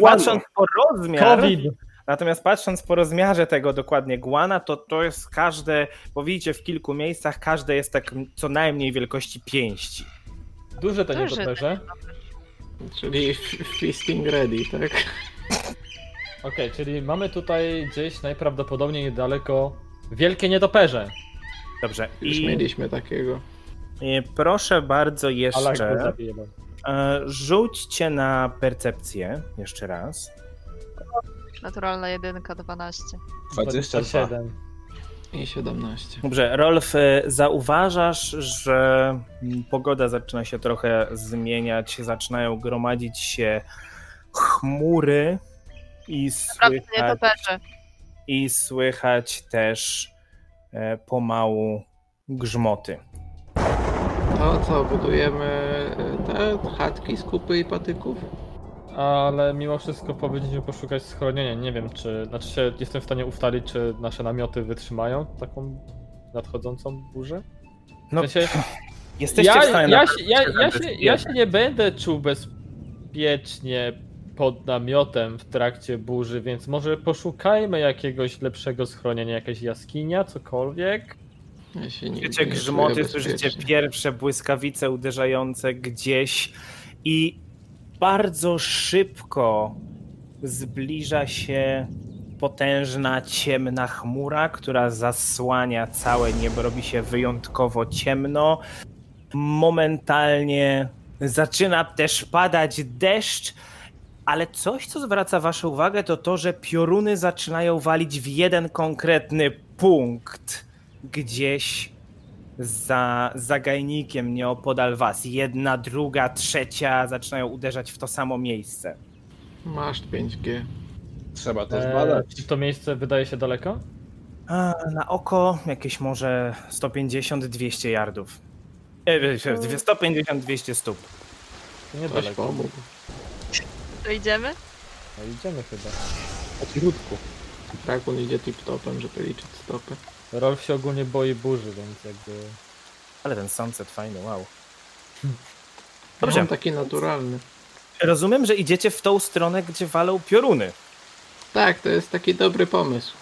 [SPEAKER 2] Patrząc po rozmiar,
[SPEAKER 3] COVID!
[SPEAKER 2] natomiast patrząc po rozmiarze tego dokładnie guana, to to jest każde, bo widzicie w kilku miejscach, każde jest tak co najmniej wielkości pięści.
[SPEAKER 3] Duże te
[SPEAKER 6] Duże
[SPEAKER 3] nietoperze.
[SPEAKER 4] Czyli f- fisting ready, tak?
[SPEAKER 3] Okej, czyli mamy tutaj gdzieś najprawdopodobniej niedaleko wielkie nietoperze.
[SPEAKER 2] Dobrze,
[SPEAKER 4] Już
[SPEAKER 2] i,
[SPEAKER 4] mieliśmy takiego.
[SPEAKER 2] i proszę bardzo
[SPEAKER 3] Ale
[SPEAKER 2] jeszcze,
[SPEAKER 3] jak jeden.
[SPEAKER 2] e, rzućcie na percepcję jeszcze raz.
[SPEAKER 6] naturalna jedynka, 12.
[SPEAKER 5] 27.
[SPEAKER 4] I 17.
[SPEAKER 2] Dobrze, Rolf, e, zauważasz, że mm, pogoda zaczyna się trochę zmieniać, zaczynają gromadzić się chmury i
[SPEAKER 6] Sprawdzę
[SPEAKER 2] słychać,
[SPEAKER 6] nietoperze.
[SPEAKER 2] i słychać też e, pomału grzmoty.
[SPEAKER 4] To co, budujemy e, te chatki z kupy i patyków?
[SPEAKER 3] Ale mimo wszystko powinniśmy poszukać schronienia. Nie wiem, czy. Znaczy się jestem w stanie ustalić, czy nasze namioty wytrzymają taką nadchodzącą burzę.
[SPEAKER 2] No,
[SPEAKER 3] W sensie,
[SPEAKER 2] Jesteście w
[SPEAKER 3] Ja,
[SPEAKER 2] stanie
[SPEAKER 3] ja,
[SPEAKER 2] naprawdę
[SPEAKER 3] się, ja, ja,
[SPEAKER 2] przeżyć
[SPEAKER 3] się,
[SPEAKER 2] biedne.
[SPEAKER 3] ja się nie będę czuł bezpiecznie pod namiotem w trakcie burzy, więc może poszukajmy jakiegoś lepszego schronienia, jakaś jaskinia, cokolwiek.
[SPEAKER 4] Ja się nigdy
[SPEAKER 2] Słyszycie
[SPEAKER 4] nie czuję
[SPEAKER 2] grzmoty, słyszycie
[SPEAKER 4] bezpiecznie.
[SPEAKER 2] pierwsze błyskawice uderzające gdzieś i bardzo szybko zbliża się potężna ciemna chmura, która zasłania całe niebo, robi się wyjątkowo ciemno. Momentalnie zaczyna też padać deszcz, ale coś, co zwraca Waszą uwagę, to to, że pioruny zaczynają walić w jeden konkretny punkt gdzieś za zagajnikiem nieopodal Was. Jedna, druga, trzecia zaczynają uderzać w to samo miejsce.
[SPEAKER 4] Masz 5G.
[SPEAKER 5] Trzeba to
[SPEAKER 3] E,
[SPEAKER 5] zbadać.
[SPEAKER 3] czy to miejsce wydaje się daleko?
[SPEAKER 2] A, na oko jakieś może 150-200 yardów. E, e, e, 150-200 stóp.
[SPEAKER 3] To nie
[SPEAKER 4] Ktoś
[SPEAKER 3] daleko.
[SPEAKER 4] pomógł.
[SPEAKER 6] To idziemy?
[SPEAKER 3] No, idziemy chyba.
[SPEAKER 5] Od grudku.
[SPEAKER 4] Rakun idzie tip-topem, żeby liczyć stopy.
[SPEAKER 3] Rolf się ogólnie boi burzy, więc jakby...
[SPEAKER 2] Ale ten sunset fajny, wow.
[SPEAKER 4] Dobrze.
[SPEAKER 2] Dobrze.
[SPEAKER 4] Mam taki naturalny.
[SPEAKER 2] Rozumiem, że idziecie w tą stronę, gdzie walą pioruny.
[SPEAKER 4] Tak, to jest taki dobry pomysł.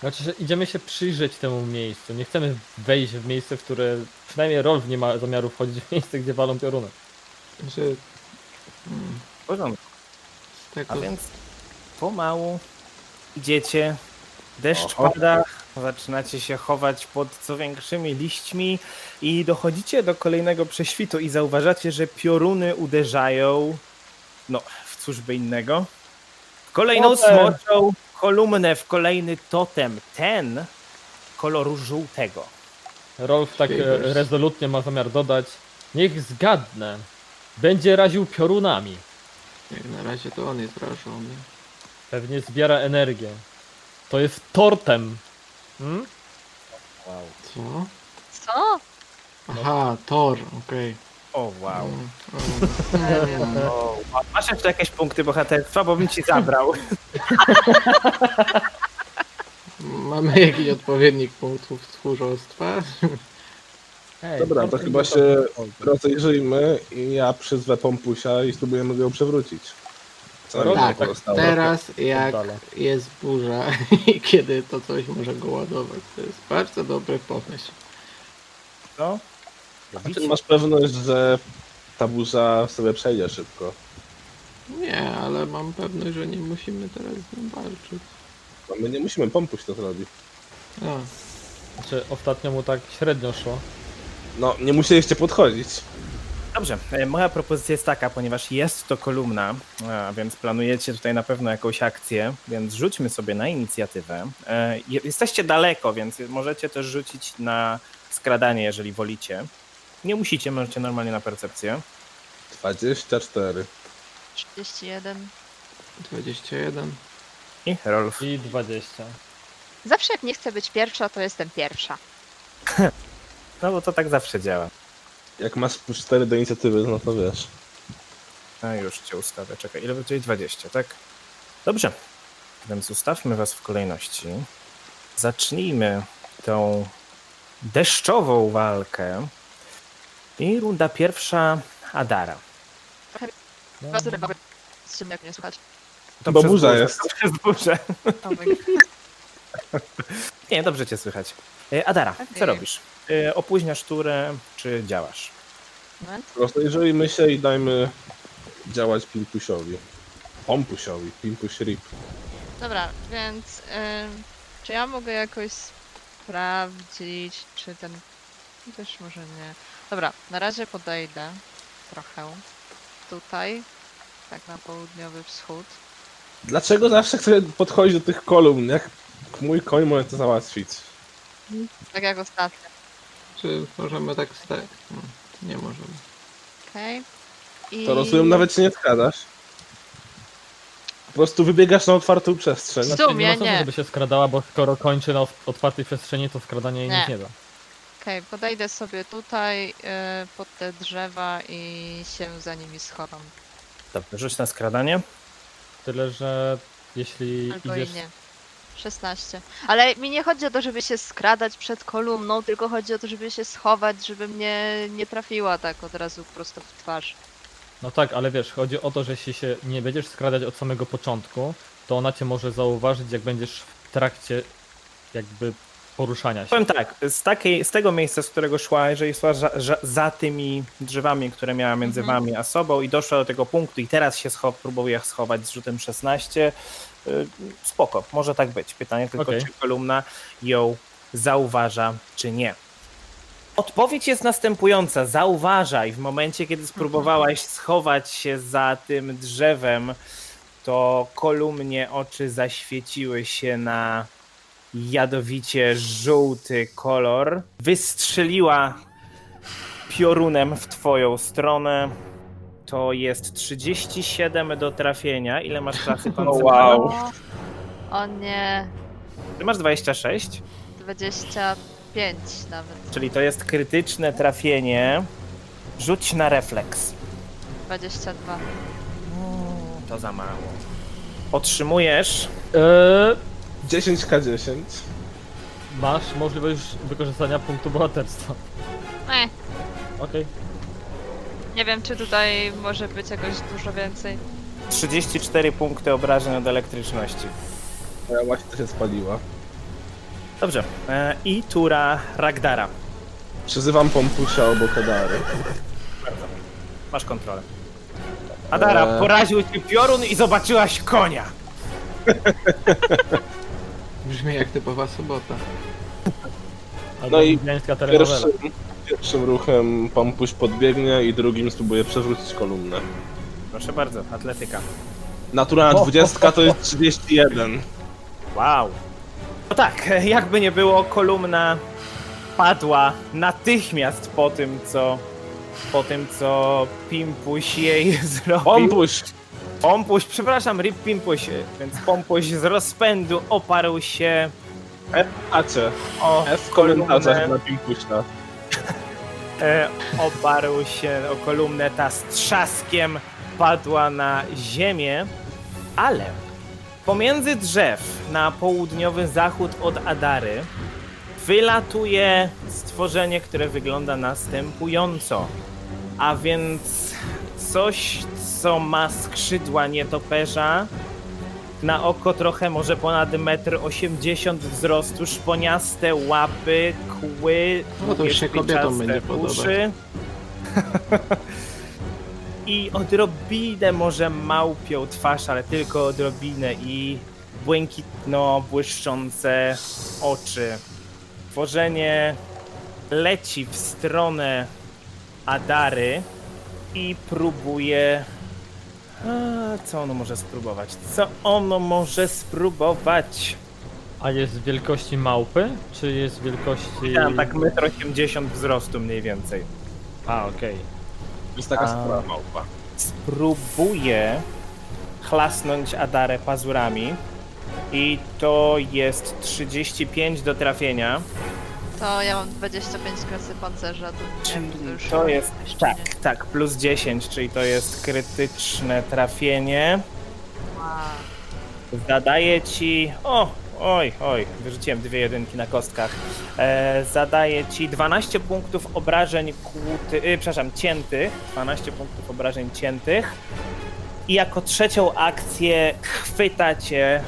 [SPEAKER 3] Znaczy, że idziemy się przyjrzeć temu miejscu. Nie chcemy wejść w miejsce, w które... Przynajmniej Rolf nie ma zamiaru wchodzić w miejsce, gdzie walą pioruny.
[SPEAKER 4] Że mm,
[SPEAKER 2] W porządku.
[SPEAKER 4] z tego
[SPEAKER 2] A więc pomału idziecie. Deszcz
[SPEAKER 5] Oho.
[SPEAKER 2] pada, zaczynacie się chować pod co większymi liśćmi i dochodzicie do kolejnego prześwitu i zauważacie, że pioruny uderzają, no, w cóż by innego, w kolejną
[SPEAKER 3] Totem.
[SPEAKER 2] smoczą kolumnę, w kolejny totem, ten koloru żółtego.
[SPEAKER 3] Rolf tak e,
[SPEAKER 4] Figures.
[SPEAKER 3] rezolutnie ma zamiar dodać. Niech zgadnę. Będzie raził piorunami.
[SPEAKER 4] jak na razie to on jest rażony.
[SPEAKER 3] Pewnie zbiera energię. To jest tortem. Hmm?
[SPEAKER 4] Co?
[SPEAKER 6] Co?
[SPEAKER 4] No. Aha, tor, okej.
[SPEAKER 2] O wow.
[SPEAKER 4] Mm, mm, mm.
[SPEAKER 2] O, wow. Masz jeszcze jakieś punkty bohaterstwa, bo bym ci zabrał.
[SPEAKER 4] Mamy jakiś odpowiednik punktów tchórzostwa?
[SPEAKER 3] Hej,
[SPEAKER 5] Dobra, to
[SPEAKER 3] tortem to-
[SPEAKER 5] chyba się rozejrzyjmy i ja przyzwę pompusia i spróbujemy go przewrócić. Co nam
[SPEAKER 4] Tak,
[SPEAKER 5] tam pozostało?
[SPEAKER 4] teraz jak
[SPEAKER 3] Oddala.
[SPEAKER 4] jest burza i kiedy to coś może go ładować, to jest bardzo dobry pomysł.
[SPEAKER 2] No.
[SPEAKER 5] Czy masz pewność, że ta burza sobie przejdzie szybko?
[SPEAKER 4] Nie, ale mam pewność, że nie musimy teraz z nim walczyć.
[SPEAKER 5] No my nie musimy, pompuś to zrobi.
[SPEAKER 4] A,
[SPEAKER 3] Znaczy, ostatnio mu tak średnio szło.
[SPEAKER 5] No, nie musieliście podchodzić.
[SPEAKER 2] Dobrze, e, moja propozycja jest taka, ponieważ jest to kolumna, a więc planujecie tutaj na pewno jakąś akcję, więc rzućmy sobie na inicjatywę. E, je- Jesteście daleko, więc możecie też rzucić na skradanie, jeżeli wolicie. Nie musicie, możecie normalnie na percepcję.
[SPEAKER 5] 24.
[SPEAKER 6] 31.
[SPEAKER 4] 21.
[SPEAKER 2] I Rolf.
[SPEAKER 3] I 20.
[SPEAKER 7] Zawsze jak nie chcę być pierwsza, to jestem pierwsza.
[SPEAKER 2] No bo to tak zawsze działa.
[SPEAKER 5] Jak masz plus 4 do inicjatywy, no to wiesz.
[SPEAKER 2] A już cię ustawię, czekaj, ile będzie? 20, tak? Dobrze, więc ustawmy was w kolejności. Zacznijmy tą deszczową walkę. I runda pierwsza Adara.
[SPEAKER 3] No,
[SPEAKER 6] Bardzo dobry. Z czym jak mnie słuchać?
[SPEAKER 5] To Bo
[SPEAKER 2] przez
[SPEAKER 5] burza
[SPEAKER 2] burzę,
[SPEAKER 5] jest.
[SPEAKER 2] to Przez burzę.
[SPEAKER 6] Oh my God.
[SPEAKER 2] Nie, dobrze cię słychać. E, Adara, co
[SPEAKER 6] Okej.
[SPEAKER 2] robisz? E, Opóźniasz turę, czy działasz?
[SPEAKER 5] Rozejrzyjmy się i dajmy działać Pimpusiowi. Pompusiowi, Pimpuś Rip.
[SPEAKER 6] Dobra, więc ym, czy ja mogę jakoś sprawdzić, czy ten. Też może nie. Dobra, na razie podejdę trochę tutaj, tak na południowy wschód.
[SPEAKER 5] Dlaczego zawsze chcę podchodzić do tych kolumn? Jak mój koń może to załatwić?
[SPEAKER 6] Tak jak ostatnio,
[SPEAKER 4] Czy możemy tak stać? Nie możemy.
[SPEAKER 6] okej? I...
[SPEAKER 5] To rozumiem, nawet się nie składasz. Po prostu wybiegasz na otwartą przestrzeń.
[SPEAKER 6] Stu-
[SPEAKER 3] Znaczy,
[SPEAKER 6] sumie
[SPEAKER 3] nie ma sensu,
[SPEAKER 6] nie.
[SPEAKER 3] żeby się skradała, bo skoro kończy na ot- otwartej przestrzeni, to skradanie nie.
[SPEAKER 6] Nie.
[SPEAKER 3] nic nie da.
[SPEAKER 6] Okej, podejdę sobie tutaj y, pod te drzewa i się za nimi schowam.
[SPEAKER 2] Dobrze, rzuć na skradanie.
[SPEAKER 3] Tyle, że jeśli
[SPEAKER 6] Albo
[SPEAKER 3] idziesz
[SPEAKER 6] i nie. 16. Ale mi nie chodzi o to, żeby się skradać przed kolumną, tylko chodzi o to, żeby się schować, żeby mnie nie trafiła tak od razu prosto w twarz.
[SPEAKER 3] No tak, ale wiesz, chodzi o to, że jeśli się nie będziesz skradać od samego początku, to ona cię może zauważyć, jak będziesz w trakcie jakby poruszania się.
[SPEAKER 2] Powiem tak, z, takiej, z tego miejsca, z którego szła, jeżeli szła za, za, za tymi drzewami, które miała między
[SPEAKER 6] Mhm.
[SPEAKER 2] wami a sobą i doszła do tego punktu i teraz się scho- próbuje schować z rzutem 16, y, spoko, może tak być. Pytanie tylko,
[SPEAKER 3] Okej.
[SPEAKER 2] czy kolumna ją zauważa, czy nie. Odpowiedź jest następująca. Zauważaj, w momencie, kiedy spróbowałaś schować się za tym drzewem, to kolumnie oczy zaświeciły się na jadowicie żółty kolor. Wystrzeliła piorunem w twoją stronę. To jest 37 do trafienia. Ile masz klasy pancerza?
[SPEAKER 5] wow.
[SPEAKER 6] O, o nie,
[SPEAKER 2] Ty masz 26,
[SPEAKER 6] 25 nawet,
[SPEAKER 2] czyli to jest krytyczne trafienie. Rzuć na refleks.
[SPEAKER 6] 22.
[SPEAKER 2] To za mało. Otrzymujesz
[SPEAKER 3] Eee,
[SPEAKER 5] 10k10.
[SPEAKER 3] masz możliwość wykorzystania punktu bohaterstwa.
[SPEAKER 6] Ech,
[SPEAKER 3] Okej.
[SPEAKER 6] nie wiem, czy tutaj może być jakoś dużo więcej.
[SPEAKER 2] 34 punkty obrażeń od elektryczności.
[SPEAKER 5] Moja właśnie też się spaliła.
[SPEAKER 2] Dobrze. E, I tura Ragdara.
[SPEAKER 5] Przyzywam pompusia obok Adary.
[SPEAKER 2] Masz kontrolę. Adara,
[SPEAKER 5] Eee.
[SPEAKER 2] poraził cię piorun i zobaczyłaś konia.
[SPEAKER 4] Brzmi jak typowa sobota.
[SPEAKER 3] Albo
[SPEAKER 5] No i
[SPEAKER 3] indiańska telenowela.
[SPEAKER 5] Pierwszym, pierwszym ruchem pompuś podbiegnie i drugim spróbuje przewrócić kolumnę.
[SPEAKER 2] Proszę bardzo, atletyka.
[SPEAKER 5] Naturalna 20 to jest 31.
[SPEAKER 2] Wow. No tak, jakby nie było, kolumna padła natychmiast po tym, co po tym, co Pimpuś jej zrobił.
[SPEAKER 5] Pompuś!
[SPEAKER 2] Pompuś, przepraszam, Rip Pimpuś, więc Pompuś z rozpędu oparł się
[SPEAKER 5] F, Acie.
[SPEAKER 2] o
[SPEAKER 5] F w
[SPEAKER 2] kolumnę,
[SPEAKER 5] komentarzach na pimpusia.
[SPEAKER 2] e, oparł się o kolumnę, ta z trzaskiem padła na ziemię, ale pomiędzy drzew na południowy zachód od Adary wylatuje stworzenie, które wygląda następująco. A więc coś, co ma skrzydła nietoperza, na oko trochę może ponad 1,80 m wzrostu, szponiaste łapy, kły,
[SPEAKER 4] No to już się kobietom
[SPEAKER 2] niespiczaste
[SPEAKER 4] będzie podobać.
[SPEAKER 2] uszy. I odrobinę może małpią twarz, ale tylko odrobinę i błękitno błyszczące oczy. Tworzenie leci w stronę Adary i próbuje. A, co ono może spróbować? Co ono może spróbować?
[SPEAKER 3] A jest wielkości małpy, czy jest wielkości...
[SPEAKER 2] Ja mam tak 1,80 m wzrostu mniej więcej.
[SPEAKER 3] A, okej.
[SPEAKER 5] Jest taka
[SPEAKER 2] A.
[SPEAKER 5] sprawa małpa.
[SPEAKER 2] Spróbuje chlasnąć Adarę pazurami. I to jest 35 do trafienia.
[SPEAKER 6] To ja mam 25 klasy pancerza, to nie wiem, czy to już...
[SPEAKER 2] To jest.
[SPEAKER 6] jeszcze
[SPEAKER 2] Tak,
[SPEAKER 6] nie.
[SPEAKER 2] tak, plus 10, czyli to jest krytyczne trafienie.
[SPEAKER 6] Wow.
[SPEAKER 2] Zadaję ci. O, oj, oj, wyrzuciłem dwie jedynki na kostkach. E, zadaję ci 12 punktów obrażeń kłuty, y, przepraszam, ciętych. 12 punktów obrażeń ciętych. I jako trzecią akcję chwyta cię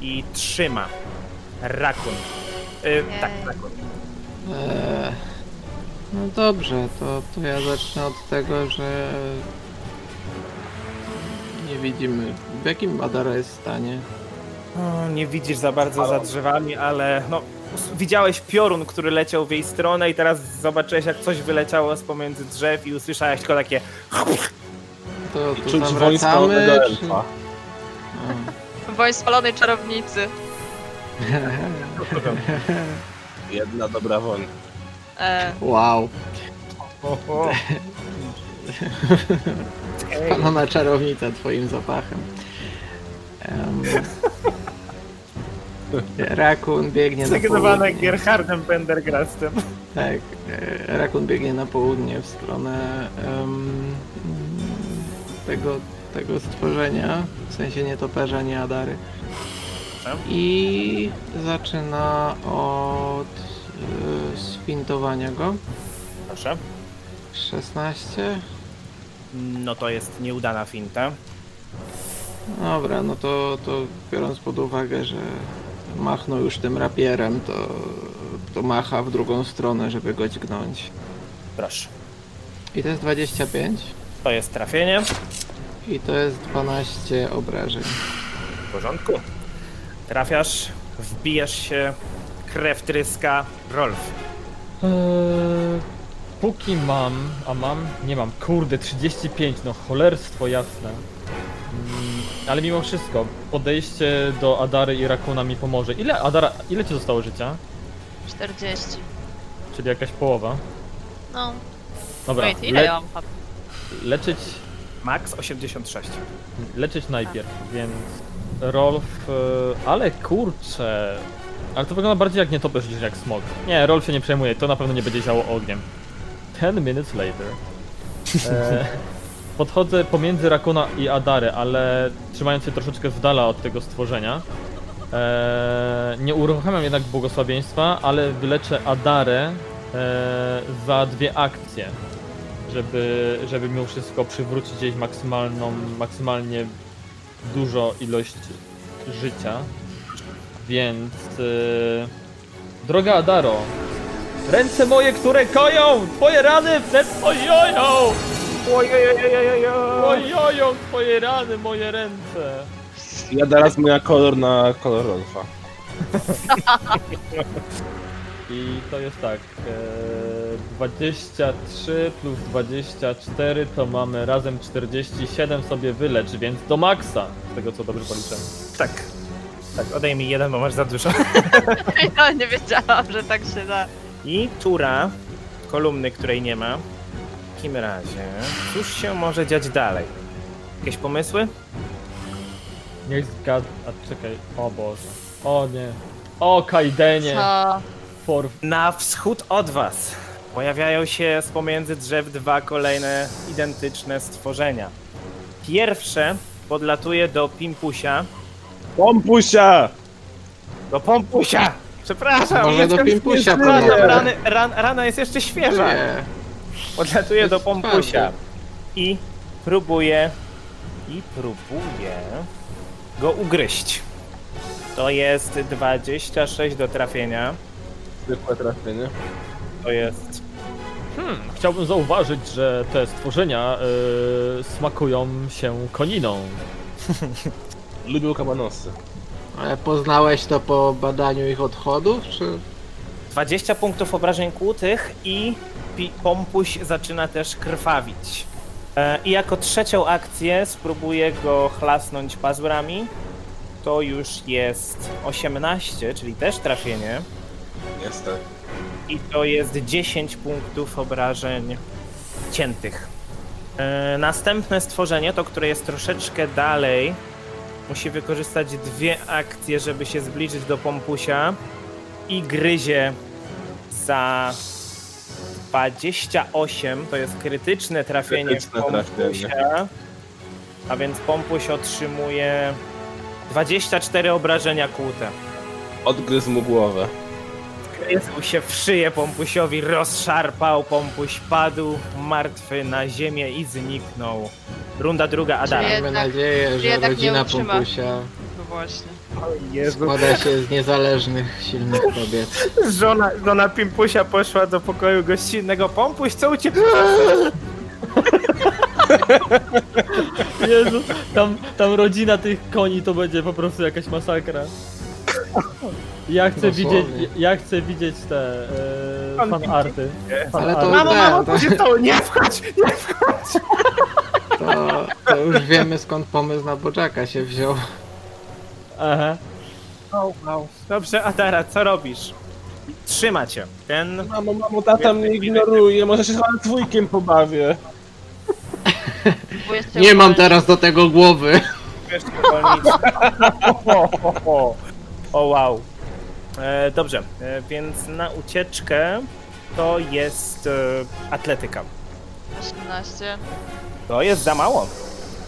[SPEAKER 2] i trzyma. Rakun. Y, tak,
[SPEAKER 6] Jej.
[SPEAKER 2] rakun.
[SPEAKER 4] Eee, no dobrze, to, to ja zacznę od tego, że nie widzimy w jakim Madara jest stanie.
[SPEAKER 2] O, No, nie widzisz za bardzo za drzewami, ale no, us- widziałeś piorun, który leciał w jej stronę i teraz zobaczyłeś, jak coś wyleciało z pomiędzy drzew i usłyszałeś tylko takie
[SPEAKER 4] To, to
[SPEAKER 5] Czuć woń
[SPEAKER 4] zawracamy,
[SPEAKER 5] spalonego
[SPEAKER 4] czy...
[SPEAKER 5] elfa.
[SPEAKER 6] Woń spalonej czarownicy.
[SPEAKER 5] Jedna dobra woń.
[SPEAKER 6] E,
[SPEAKER 4] O, Wow,
[SPEAKER 2] Ej,
[SPEAKER 4] panona czarownica twoim zapachem. Em, Rakun biegnie na
[SPEAKER 2] Zagrywane
[SPEAKER 4] południe.
[SPEAKER 2] Gerhardem Pendergrastem.
[SPEAKER 4] Tak, e, Rakun biegnie na południe w stronę em, tego, tego stworzenia, w sensie nietoperza, nie Adary.
[SPEAKER 2] Dobrze.
[SPEAKER 4] i zaczyna od y, sfintowania go.
[SPEAKER 2] Proszę.
[SPEAKER 4] 16.
[SPEAKER 2] No to jest nieudana finta.
[SPEAKER 4] Dobra, no to, to biorąc pod uwagę, że machnął już tym rapierem, to, to macha w drugą stronę, żeby go dźgnąć.
[SPEAKER 2] Proszę.
[SPEAKER 4] I to jest 25
[SPEAKER 2] To jest trafienie.
[SPEAKER 4] i to jest 12 obrażeń.
[SPEAKER 2] W porządku. Trafiasz, wbijasz się, krew tryska. Rolf.
[SPEAKER 3] Eee, póki mam, a mam, nie mam, kurde, 35, no cholerstwo jasne. Mm, ale mimo wszystko, podejście do Adary i Rakuna mi pomoże. Ile, Adara, ile ci zostało życia?
[SPEAKER 6] 40.
[SPEAKER 3] Czyli jakaś połowa.
[SPEAKER 6] No,
[SPEAKER 3] Dobra,
[SPEAKER 6] wait, ile
[SPEAKER 3] le-
[SPEAKER 6] ja mam HP?
[SPEAKER 3] leczyć,
[SPEAKER 2] Max 86.
[SPEAKER 3] leczyć najpierw, więc Rolf, e, ale kurczę, ale to wygląda bardziej jak nietoperz niż jak smog. Nie, Rolf się nie przejmuje, to na pewno nie będzie działo ogniem. 10 minutes later. E, podchodzę pomiędzy Rakuna i Adarę, ale trzymając się troszeczkę z dala od tego stworzenia. E, nie uruchamiam jednak błogosławieństwa, ale wyleczę Adarę e, za dwie akcje, żeby, żeby mimo wszystko przywrócić jej maksymalną, maksymalnie dużo ilość życia. Więc e, droga Adaro, ręce moje, które koją, twoje rany wnet pojoją! Ojojo, twoje rany, moje ręce!
[SPEAKER 5] Ja teraz moja kolor na kolor Rolfa.
[SPEAKER 3] I to jest tak. e, 23 plus 24 to mamy razem 47 sobie wylecz, więc do maksa, z tego co dobrze policzyłem.
[SPEAKER 2] Tak. Tak, odejmij jeden, bo masz za dużo.
[SPEAKER 6] Ja nie wiedziałam, że tak się da.
[SPEAKER 2] I tura kolumny, której nie ma. W takim razie, cóż się może dziać dalej? Jakieś pomysły?
[SPEAKER 3] Niech zgad... A czekaj, o Boże. O nie. O Kaidenie!
[SPEAKER 6] Co?
[SPEAKER 3] For...
[SPEAKER 2] Na wschód od was pojawiają się z pomiędzy drzew dwa kolejne identyczne stworzenia. Pierwsze podlatuje do Pimpusia.
[SPEAKER 5] Pompusia!
[SPEAKER 2] Do Pompusia! Przepraszam!
[SPEAKER 4] Może
[SPEAKER 2] jestem
[SPEAKER 4] do Pimpusia
[SPEAKER 2] zmęczony,
[SPEAKER 4] podlatuje.
[SPEAKER 2] rany, ran, Rana jest jeszcze świeża.
[SPEAKER 4] Nie.
[SPEAKER 2] Podlatuje do
[SPEAKER 4] Jest
[SPEAKER 2] Pompusia
[SPEAKER 4] twardy.
[SPEAKER 2] i próbuje i próbuje go ugryźć. To jest 26 do trafienia.
[SPEAKER 5] Zwykłe trafienie.
[SPEAKER 2] To jest
[SPEAKER 3] Hmm, chciałbym zauważyć, że te stworzenia e, smakują się koniną.
[SPEAKER 5] Lubił kabanosy.
[SPEAKER 4] Ale E, poznałeś to po badaniu ich odchodów, czy
[SPEAKER 2] 20 punktów obrażeń kłutych i pi- pompuś zaczyna też krwawić. E, I jako trzecią akcję spróbuję go chlasnąć pazurami. To już jest 18, czyli też trafienie.
[SPEAKER 5] Niestety.
[SPEAKER 2] I to jest 10 punktów obrażeń ciętych. E, Następne stworzenie, to które jest troszeczkę dalej, musi wykorzystać dwie akcje, żeby się zbliżyć do pompusia i gryzie za 28. To jest krytyczne trafienie
[SPEAKER 5] Krytyczne
[SPEAKER 2] w pompusia.
[SPEAKER 5] trafienie.
[SPEAKER 2] A więc pompuś otrzymuje 24 obrażenia kłute.
[SPEAKER 5] Odgryzł mu głowę.
[SPEAKER 2] Kryzł się w szyję pompusiowi, rozszarpał, pompuś padł martwy na ziemię i zniknął. Runda druga, Adara.
[SPEAKER 6] Czyli-
[SPEAKER 4] mamy
[SPEAKER 6] Jednak-
[SPEAKER 4] nadzieję, że
[SPEAKER 6] jednak nie
[SPEAKER 4] rodzina
[SPEAKER 6] utrzyma.
[SPEAKER 4] Pompusia
[SPEAKER 6] No właśnie.
[SPEAKER 4] składa się z niezależnych, silnych kobiet.
[SPEAKER 2] Żona, żona Pimpusia poszła do pokoju gościnnego. Pompuś, co u ciebie?
[SPEAKER 3] Jezu, tam, tam rodzina tych koni to będzie po prostu jakaś masakra. Ja chcę
[SPEAKER 4] Dosłownie.
[SPEAKER 3] widzieć, ja chcę widzieć te e,
[SPEAKER 2] Pan
[SPEAKER 3] fan arty.
[SPEAKER 4] Ale to,
[SPEAKER 2] Mamo, mamo,
[SPEAKER 4] tak,
[SPEAKER 2] co się stało? Nie wchodź!
[SPEAKER 4] to, to, to już wiemy skąd pomysł na Boczaka się wziął.
[SPEAKER 3] Aha.
[SPEAKER 2] Wow, wow. Dobrze, Adara, co robisz? Trzyma cię. Ten...
[SPEAKER 5] Mamo, mamo, tata mnie ignoruje, może się z dwójkiem pobawię.
[SPEAKER 6] Próbuję się
[SPEAKER 4] Nie mam
[SPEAKER 6] uwolnić.
[SPEAKER 4] teraz do tego głowy.
[SPEAKER 2] Wiesz, uwolnić. o, o, o. o wow. E, dobrze, e, więc na ucieczkę to jest e, atletyka.
[SPEAKER 6] 18.
[SPEAKER 2] To jest za mało.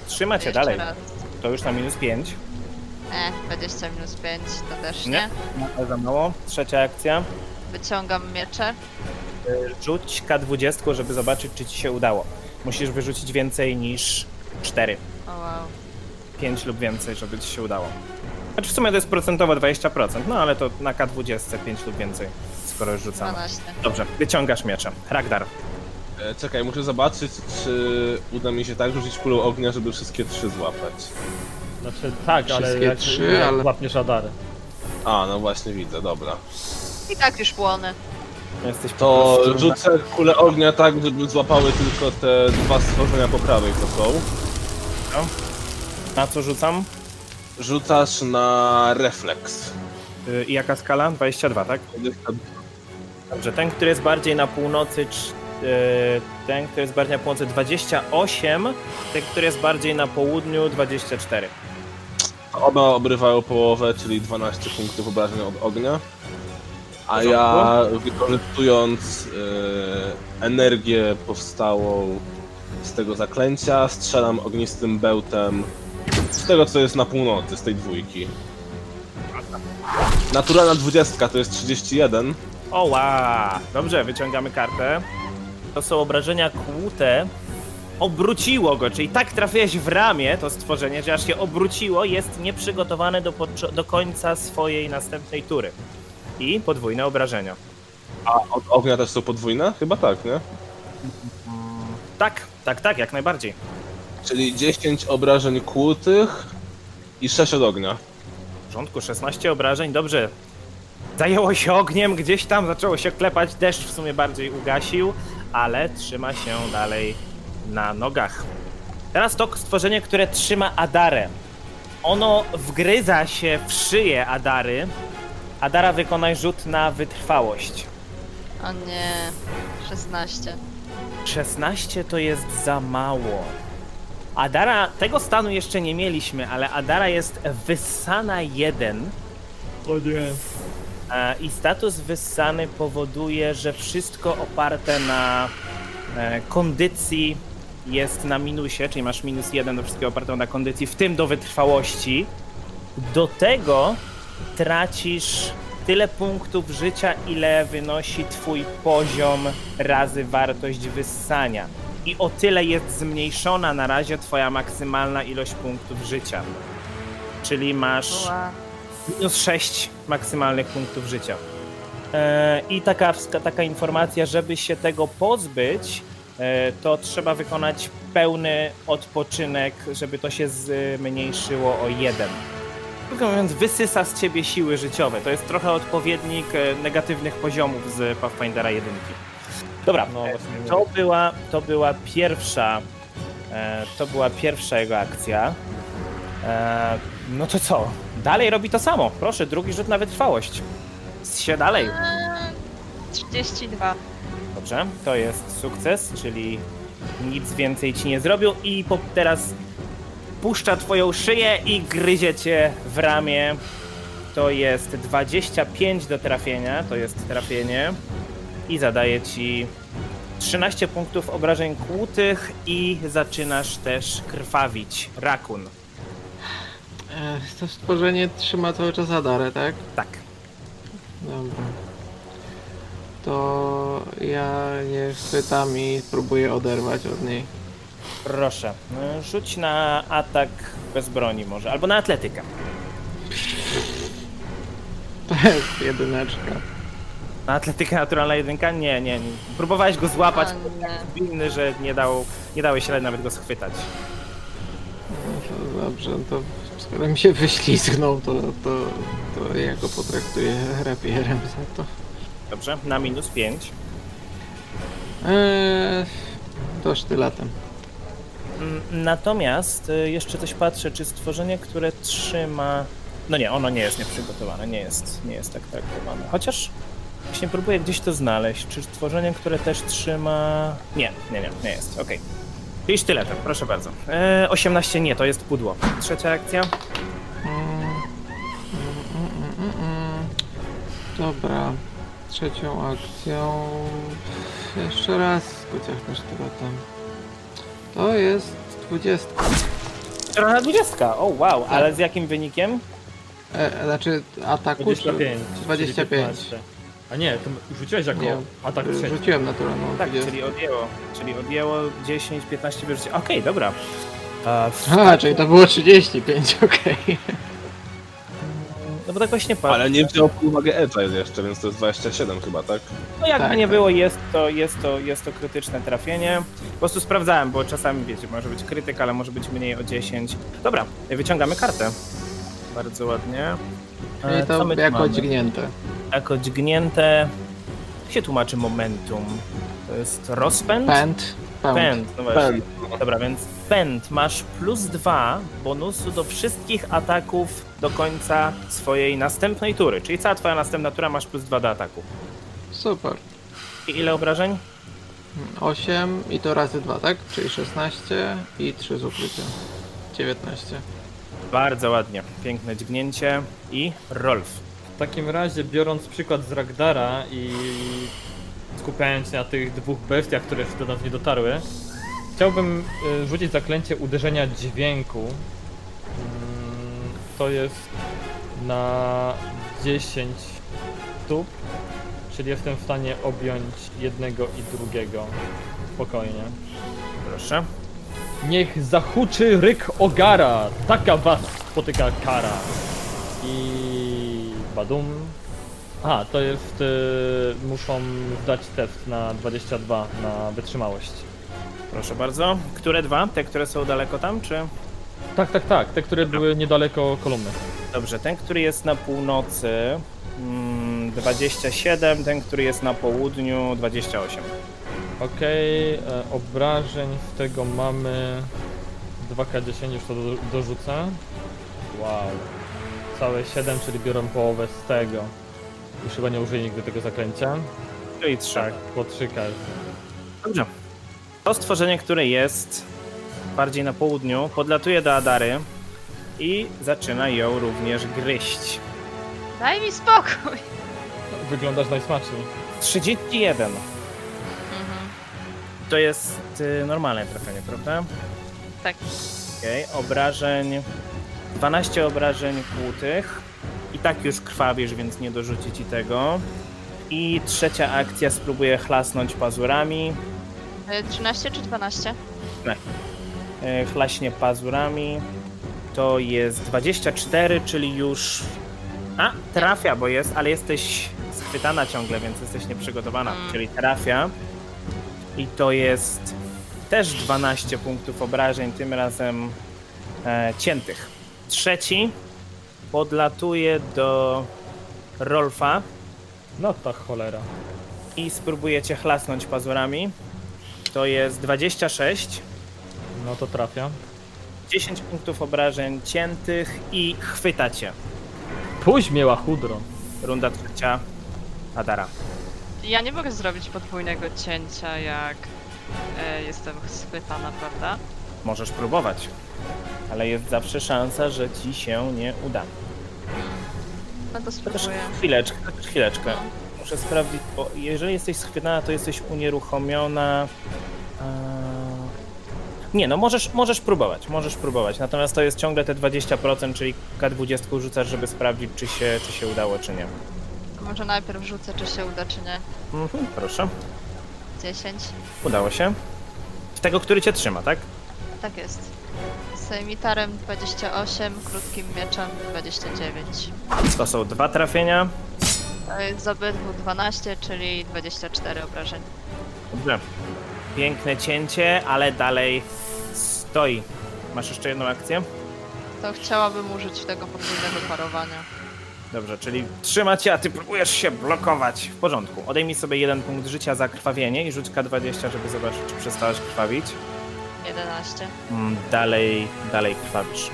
[SPEAKER 2] Trzyma cię
[SPEAKER 6] Jeszcze
[SPEAKER 2] dalej.
[SPEAKER 6] raz.
[SPEAKER 2] To już na minus 5.
[SPEAKER 6] E, 20 minus 5 to też nie.
[SPEAKER 2] Nie. Ale za mało. Trzecia akcja.
[SPEAKER 6] Wyciągam miecze.
[SPEAKER 2] Rzuć K20, żeby zobaczyć, czy ci się udało. Musisz wyrzucić więcej niż 4.
[SPEAKER 6] O wow.
[SPEAKER 2] 5 lub więcej, żeby ci się udało. Znaczy w sumie to jest procentowo 20%, no ale to na K20 5 lub więcej, skoro już rzucamy.
[SPEAKER 6] 12.
[SPEAKER 2] Dobrze, wyciągasz miecze. Ragdar.
[SPEAKER 5] E, czekaj, muszę zobaczyć, czy uda mi się tak rzucić kulą ognia, żeby wszystkie trzy złapać.
[SPEAKER 3] Znaczy tak, ale
[SPEAKER 4] Wszystkie
[SPEAKER 3] jak,
[SPEAKER 4] trzy,
[SPEAKER 3] jak
[SPEAKER 4] ale-
[SPEAKER 3] złapniesz radary.
[SPEAKER 5] A, no właśnie widzę, dobra.
[SPEAKER 6] I tak już płonę.
[SPEAKER 2] Jesteś po
[SPEAKER 5] To
[SPEAKER 2] prostu-
[SPEAKER 5] rzucę kulę ognia tak, żeby złapały tylko te dwa stworzenia po prawej to są.
[SPEAKER 2] Na co rzucam?
[SPEAKER 5] Rzucasz na refleks.
[SPEAKER 2] Y, I jaka skala? 22, tak? Dobrze, ten, który jest bardziej na północy, cz- y, ten, który jest bardziej na północy 28, ten, który jest bardziej na południu 24.
[SPEAKER 5] Oba obrywają połowę, czyli 12 punktów obrażeń od ognia. A
[SPEAKER 2] porządku.
[SPEAKER 5] ja wykorzystując e, energię powstałą z tego zaklęcia, strzelam ognistym bełtem z tego co jest na północy, z tej dwójki. Naturalna 20 to jest 31.
[SPEAKER 2] Oła! Dobrze, wyciągamy kartę. To są obrażenia kłute. Obróciło go, czyli tak trafiłeś w ramię to stworzenie, że aż się obróciło, jest nieprzygotowane do, poczo- do końca swojej następnej tury. I podwójne obrażenia.
[SPEAKER 5] A od ognia też są podwójne? Chyba tak, nie?
[SPEAKER 2] Tak, tak, tak, jak najbardziej.
[SPEAKER 5] Czyli 10 obrażeń kłutych i 6 od ognia.
[SPEAKER 2] W porządku, 16 obrażeń, dobrze. Zajęło się ogniem, gdzieś tam zaczęło się klepać, deszcz w sumie bardziej ugasił, ale trzyma się dalej na nogach. Teraz to stworzenie, które trzyma Adarę. Ono wgryza się w szyję Adary. Adara wykonaj rzut na wytrwałość.
[SPEAKER 6] O nie. 16.
[SPEAKER 2] 16 to jest za mało. Adara, tego stanu jeszcze nie mieliśmy, ale Adara jest wyssana 1.
[SPEAKER 3] O nie.
[SPEAKER 2] E, I status wyssany powoduje, że wszystko oparte na e, kondycji jest na minusie, czyli masz minus jeden do wszystkiego opartego na kondycji, w tym do wytrwałości. Do tego tracisz tyle punktów życia, ile wynosi twój poziom razy wartość wyssania. I o tyle jest zmniejszona na razie twoja maksymalna ilość punktów życia. Czyli masz
[SPEAKER 6] Była.
[SPEAKER 2] minus 6 maksymalnych punktów życia. E, I taka, wska- taka informacja, żeby się tego pozbyć, e, to trzeba wykonać pełny odpoczynek, żeby to się zmniejszyło o jeden. Krótko mówiąc, wysysa z ciebie siły życiowe. To jest trochę odpowiednik e, negatywnych poziomów z Pathfindera 1. Dobra, e,
[SPEAKER 3] No właśnie.
[SPEAKER 2] to była, to była pierwsza. E, to była pierwsza jego akcja. E, no to co? Dalej robi to samo. Proszę, drugi rzut na wytrwałość. Się dalej.
[SPEAKER 6] Eee, 32.
[SPEAKER 2] Dobrze, to jest sukces, czyli nic więcej ci nie zrobił i po, teraz puszcza twoją szyję i gryzie cię w ramię. To jest 25 do trafienia, to jest trafienie i zadaje ci 13 punktów obrażeń kłutych i zaczynasz też krwawić. Rakun.
[SPEAKER 4] E, To stworzenie trzyma cały czas Adarę, tak?
[SPEAKER 2] Tak.
[SPEAKER 4] Dobra. To ja nie chwytam i próbuję oderwać od niej.
[SPEAKER 2] Proszę, y, rzuć na atak bez broni może, albo na atletykę.
[SPEAKER 4] To jest jedyneczka.
[SPEAKER 2] Na atletykę naturalna jedynka? Nie, nie, nie. Próbowałeś go złapać,
[SPEAKER 6] O nie.
[SPEAKER 2] winny, że nie, dał, nie dałeś rady nawet go schwytać.
[SPEAKER 4] No to Dobrze, to skoro mi się wyślizgnął, to, to, to ja go potraktuję rapierem za to.
[SPEAKER 2] Dobrze, na minus 5.
[SPEAKER 4] Eee, to sztyletem.
[SPEAKER 2] Mm, Natomiast y, jeszcze coś patrzę, czy stworzenie, które trzyma... No nie, ono nie jest nieprzygotowane, nie jest, nie jest tak traktowane. Chociaż właśnie próbuję gdzieś to znaleźć. Czy stworzenie, które też trzyma... Nie, nie, nie, nie jest, okej. I sztyletem, proszę bardzo. E, 18 nie, to jest pudło. Trzecia akcja.
[SPEAKER 4] Mm-mm. Mm, Dobra, trzecią akcją. Jeszcze raz pociągnę sztyletem. To jest dwudziestka.
[SPEAKER 2] Strona 20, o wow, ale z jakim wynikiem?
[SPEAKER 4] E, znaczy ataku? czy-
[SPEAKER 3] 25. czyli
[SPEAKER 4] 25.
[SPEAKER 3] 15. A nie, to rzuciłeś jako
[SPEAKER 4] Nie.
[SPEAKER 3] atak
[SPEAKER 4] Rzu-
[SPEAKER 3] trzeci.
[SPEAKER 4] Rzuciłem naturalną.
[SPEAKER 2] Tak,
[SPEAKER 4] gdzie-
[SPEAKER 2] czyli odjęło. Czyli odjęło 10, 15 wyrzucie. Okej, dobra. A, w-
[SPEAKER 4] Aha, czyli to było 35, okej.
[SPEAKER 2] No bo tak właśnie patrzę.
[SPEAKER 5] Ale nie wziął pod uwagę Edge'a jeszcze, więc to jest 27 chyba, tak?
[SPEAKER 2] No jakby
[SPEAKER 4] Tak,
[SPEAKER 2] nie
[SPEAKER 4] tak.
[SPEAKER 2] było, jest to, jest, to, jest to krytyczne trafienie. Po prostu sprawdzałem, bo czasami wiecie, może być krytyk, ale może być mniej o 10. Dobra, wyciągamy kartę. Bardzo ładnie. E,
[SPEAKER 4] Czyli
[SPEAKER 2] co
[SPEAKER 4] to
[SPEAKER 2] my tu
[SPEAKER 4] jako
[SPEAKER 2] mamy?
[SPEAKER 4] dźgnięte.
[SPEAKER 2] jako dźgnięte. Jak się tłumaczy momentum? To jest rozpęd?
[SPEAKER 4] Pęd. Pęd.
[SPEAKER 2] Pęd, no właśnie.
[SPEAKER 5] Ten.
[SPEAKER 2] Dobra, więc pęd masz plus dwa bonusu do wszystkich ataków do końca swojej następnej tury. Czyli cała twoja następna tura masz plus dwa do ataku.
[SPEAKER 4] Super.
[SPEAKER 2] I ile obrażeń?
[SPEAKER 4] 8 i to razy 2, tak? Czyli 16 i 3 z ukrycia. 19.
[SPEAKER 2] Bardzo ładnie. Piękne dźgnięcie. I Rolf.
[SPEAKER 3] W takim razie, biorąc przykład z Ragdara i skupiając się na tych dwóch bestiach, które jeszcze do nas nie dotarły, chciałbym y, rzucić zaklęcie uderzenia dźwięku. Mm, To jest na 10 stóp, czyli jestem w stanie objąć jednego i drugiego spokojnie.
[SPEAKER 2] Proszę.
[SPEAKER 3] Niech zahuczy ryk ogara, taka was spotyka kara. I badum. A, to jest. Y, muszą zdać test na 22 na wytrzymałość.
[SPEAKER 2] Proszę bardzo. Które dwa? Te, które są daleko tam, czy?
[SPEAKER 3] Tak, tak, tak. Te, które były niedaleko kolumny.
[SPEAKER 2] Dobrze, ten, który jest na północy mm, 27, ten, który jest na południu 28.
[SPEAKER 3] Okej, e, obrażeń z tego mamy 2K10, już to do, dorzucę. Wow. Całe 7, czyli biorę połowę z tego. Już chyba nie użyję nigdy tego zaklęcia.
[SPEAKER 2] Czyli 3.
[SPEAKER 3] Tak, po 3 każdy.
[SPEAKER 2] Dobrze. To stworzenie, które jest bardziej na południu, podlatuje do Adary i zaczyna ją również gryźć.
[SPEAKER 7] Daj mi spokój.
[SPEAKER 3] Wyglądasz najsmaczniej.
[SPEAKER 2] 31.
[SPEAKER 6] Mhm.
[SPEAKER 2] To jest y, normalne trafienie, prawda?
[SPEAKER 6] Tak.
[SPEAKER 2] Okej, obrażeń. 12 obrażeń kłutych. I tak już krwawisz, więc nie dorzuci ci tego. I trzecia akcja spróbuję chlasnąć pazurami.
[SPEAKER 6] Y, 13 czy 12?
[SPEAKER 2] E, Chlaśnie pazurami. To jest 24, czyli już. A, trafia, bo jest, ale jesteś schwytana ciągle, więc jesteś nieprzygotowana.
[SPEAKER 6] Mm.
[SPEAKER 2] Czyli trafia. I to jest też 12 punktów obrażeń, tym razem e, ciętych. Trzeci podlatuje do Rolfa
[SPEAKER 3] No ta cholera.
[SPEAKER 2] i spróbuje cię chlasnąć pazurami. To jest 26.
[SPEAKER 3] No to trafia.
[SPEAKER 2] 10 punktów obrażeń ciętych i chwyta cię.
[SPEAKER 3] Puść mnie łachudro.
[SPEAKER 2] Runda trzecia. Adara.
[SPEAKER 6] Ja nie mogę zrobić podwójnego cięcia, jak e, jestem schwytana, prawda?
[SPEAKER 2] Możesz próbować, ale jest zawsze szansa, że ci się nie uda.
[SPEAKER 6] No to
[SPEAKER 2] Chociaż
[SPEAKER 6] spróbuję.
[SPEAKER 2] chwileczkę, chociaż chwileczkę. Muszę sprawdzić, bo jeżeli jesteś schwytana, to jesteś unieruchomiona. Eee, Nie, no możesz, możesz próbować, możesz próbować. Natomiast to jest ciągle te 20%, czyli K20 rzucasz, żeby sprawdzić, czy się, czy się udało, czy nie.
[SPEAKER 6] Może najpierw rzucę, czy się uda, czy nie.
[SPEAKER 2] Mhm, proszę.
[SPEAKER 6] 10.
[SPEAKER 2] Udało się. W tego, który cię trzyma, tak?
[SPEAKER 6] Tak jest. Sejmitarem 28, krótkim mieczem 29.
[SPEAKER 2] To są dwa trafienia.
[SPEAKER 6] To jest z obydwu 12, czyli 24 obrażeń.
[SPEAKER 2] Dobrze. Piękne cięcie, ale dalej stoi. Masz jeszcze jedną akcję?
[SPEAKER 6] To chciałabym użyć tego podwójnego parowania.
[SPEAKER 2] Dobrze, czyli trzyma cię, a ty próbujesz się blokować. W porządku. Odejmij sobie jeden punkt życia za krwawienie i rzuć K20, żeby zobaczyć, czy przestałaś krwawić.
[SPEAKER 6] 11.
[SPEAKER 2] Mm, Dalej, dalej krwawisz.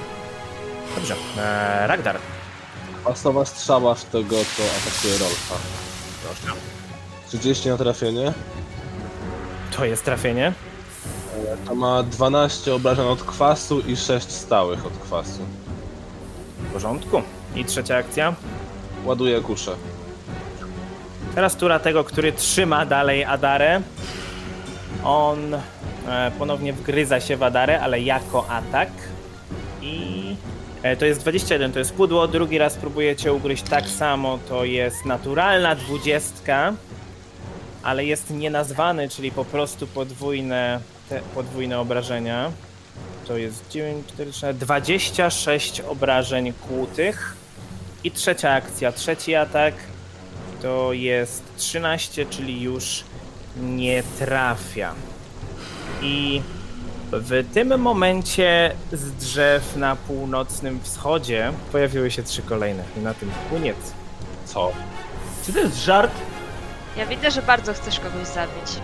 [SPEAKER 2] Dobrze. Eee, Ragdar.
[SPEAKER 5] Pasowa strzała z tego, co atakuje Rolfa.
[SPEAKER 2] Proszę.
[SPEAKER 5] 30 na trafienie.
[SPEAKER 2] To jest trafienie.
[SPEAKER 5] To ma 12 obrażeń od kwasu i 6 stałych od kwasu.
[SPEAKER 2] W porządku. I trzecia akcja.
[SPEAKER 5] Ładuje kuszę.
[SPEAKER 2] Teraz tura tego, który trzyma dalej Adarę. On e, ponownie wgryza się w Adarę, ale jako atak. I E, To jest 21, to jest pudło. Drugi raz próbujecie ugryźć tak samo, to jest naturalna 20, ale jest nienazwany, czyli po prostu podwójne, te, podwójne obrażenia. To jest 9, 4, 4, 26 obrażeń kłutych. I trzecia akcja, trzeci atak to jest 13, czyli już nie trafia. I w tym momencie z drzew na północnym wschodzie pojawiły się trzy kolejne. I na tym koniec.
[SPEAKER 5] Co?
[SPEAKER 2] Czy to jest żart?
[SPEAKER 7] Ja widzę, że bardzo chcesz kogoś zabić.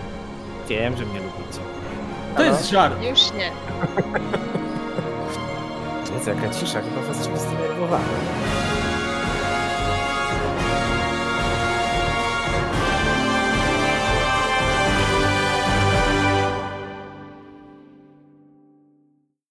[SPEAKER 2] Wiem, że mnie lubicie.
[SPEAKER 3] To jest żart.
[SPEAKER 6] Już nie.
[SPEAKER 2] Jest jaka cisza, chyba was czymś zdenerwowałem.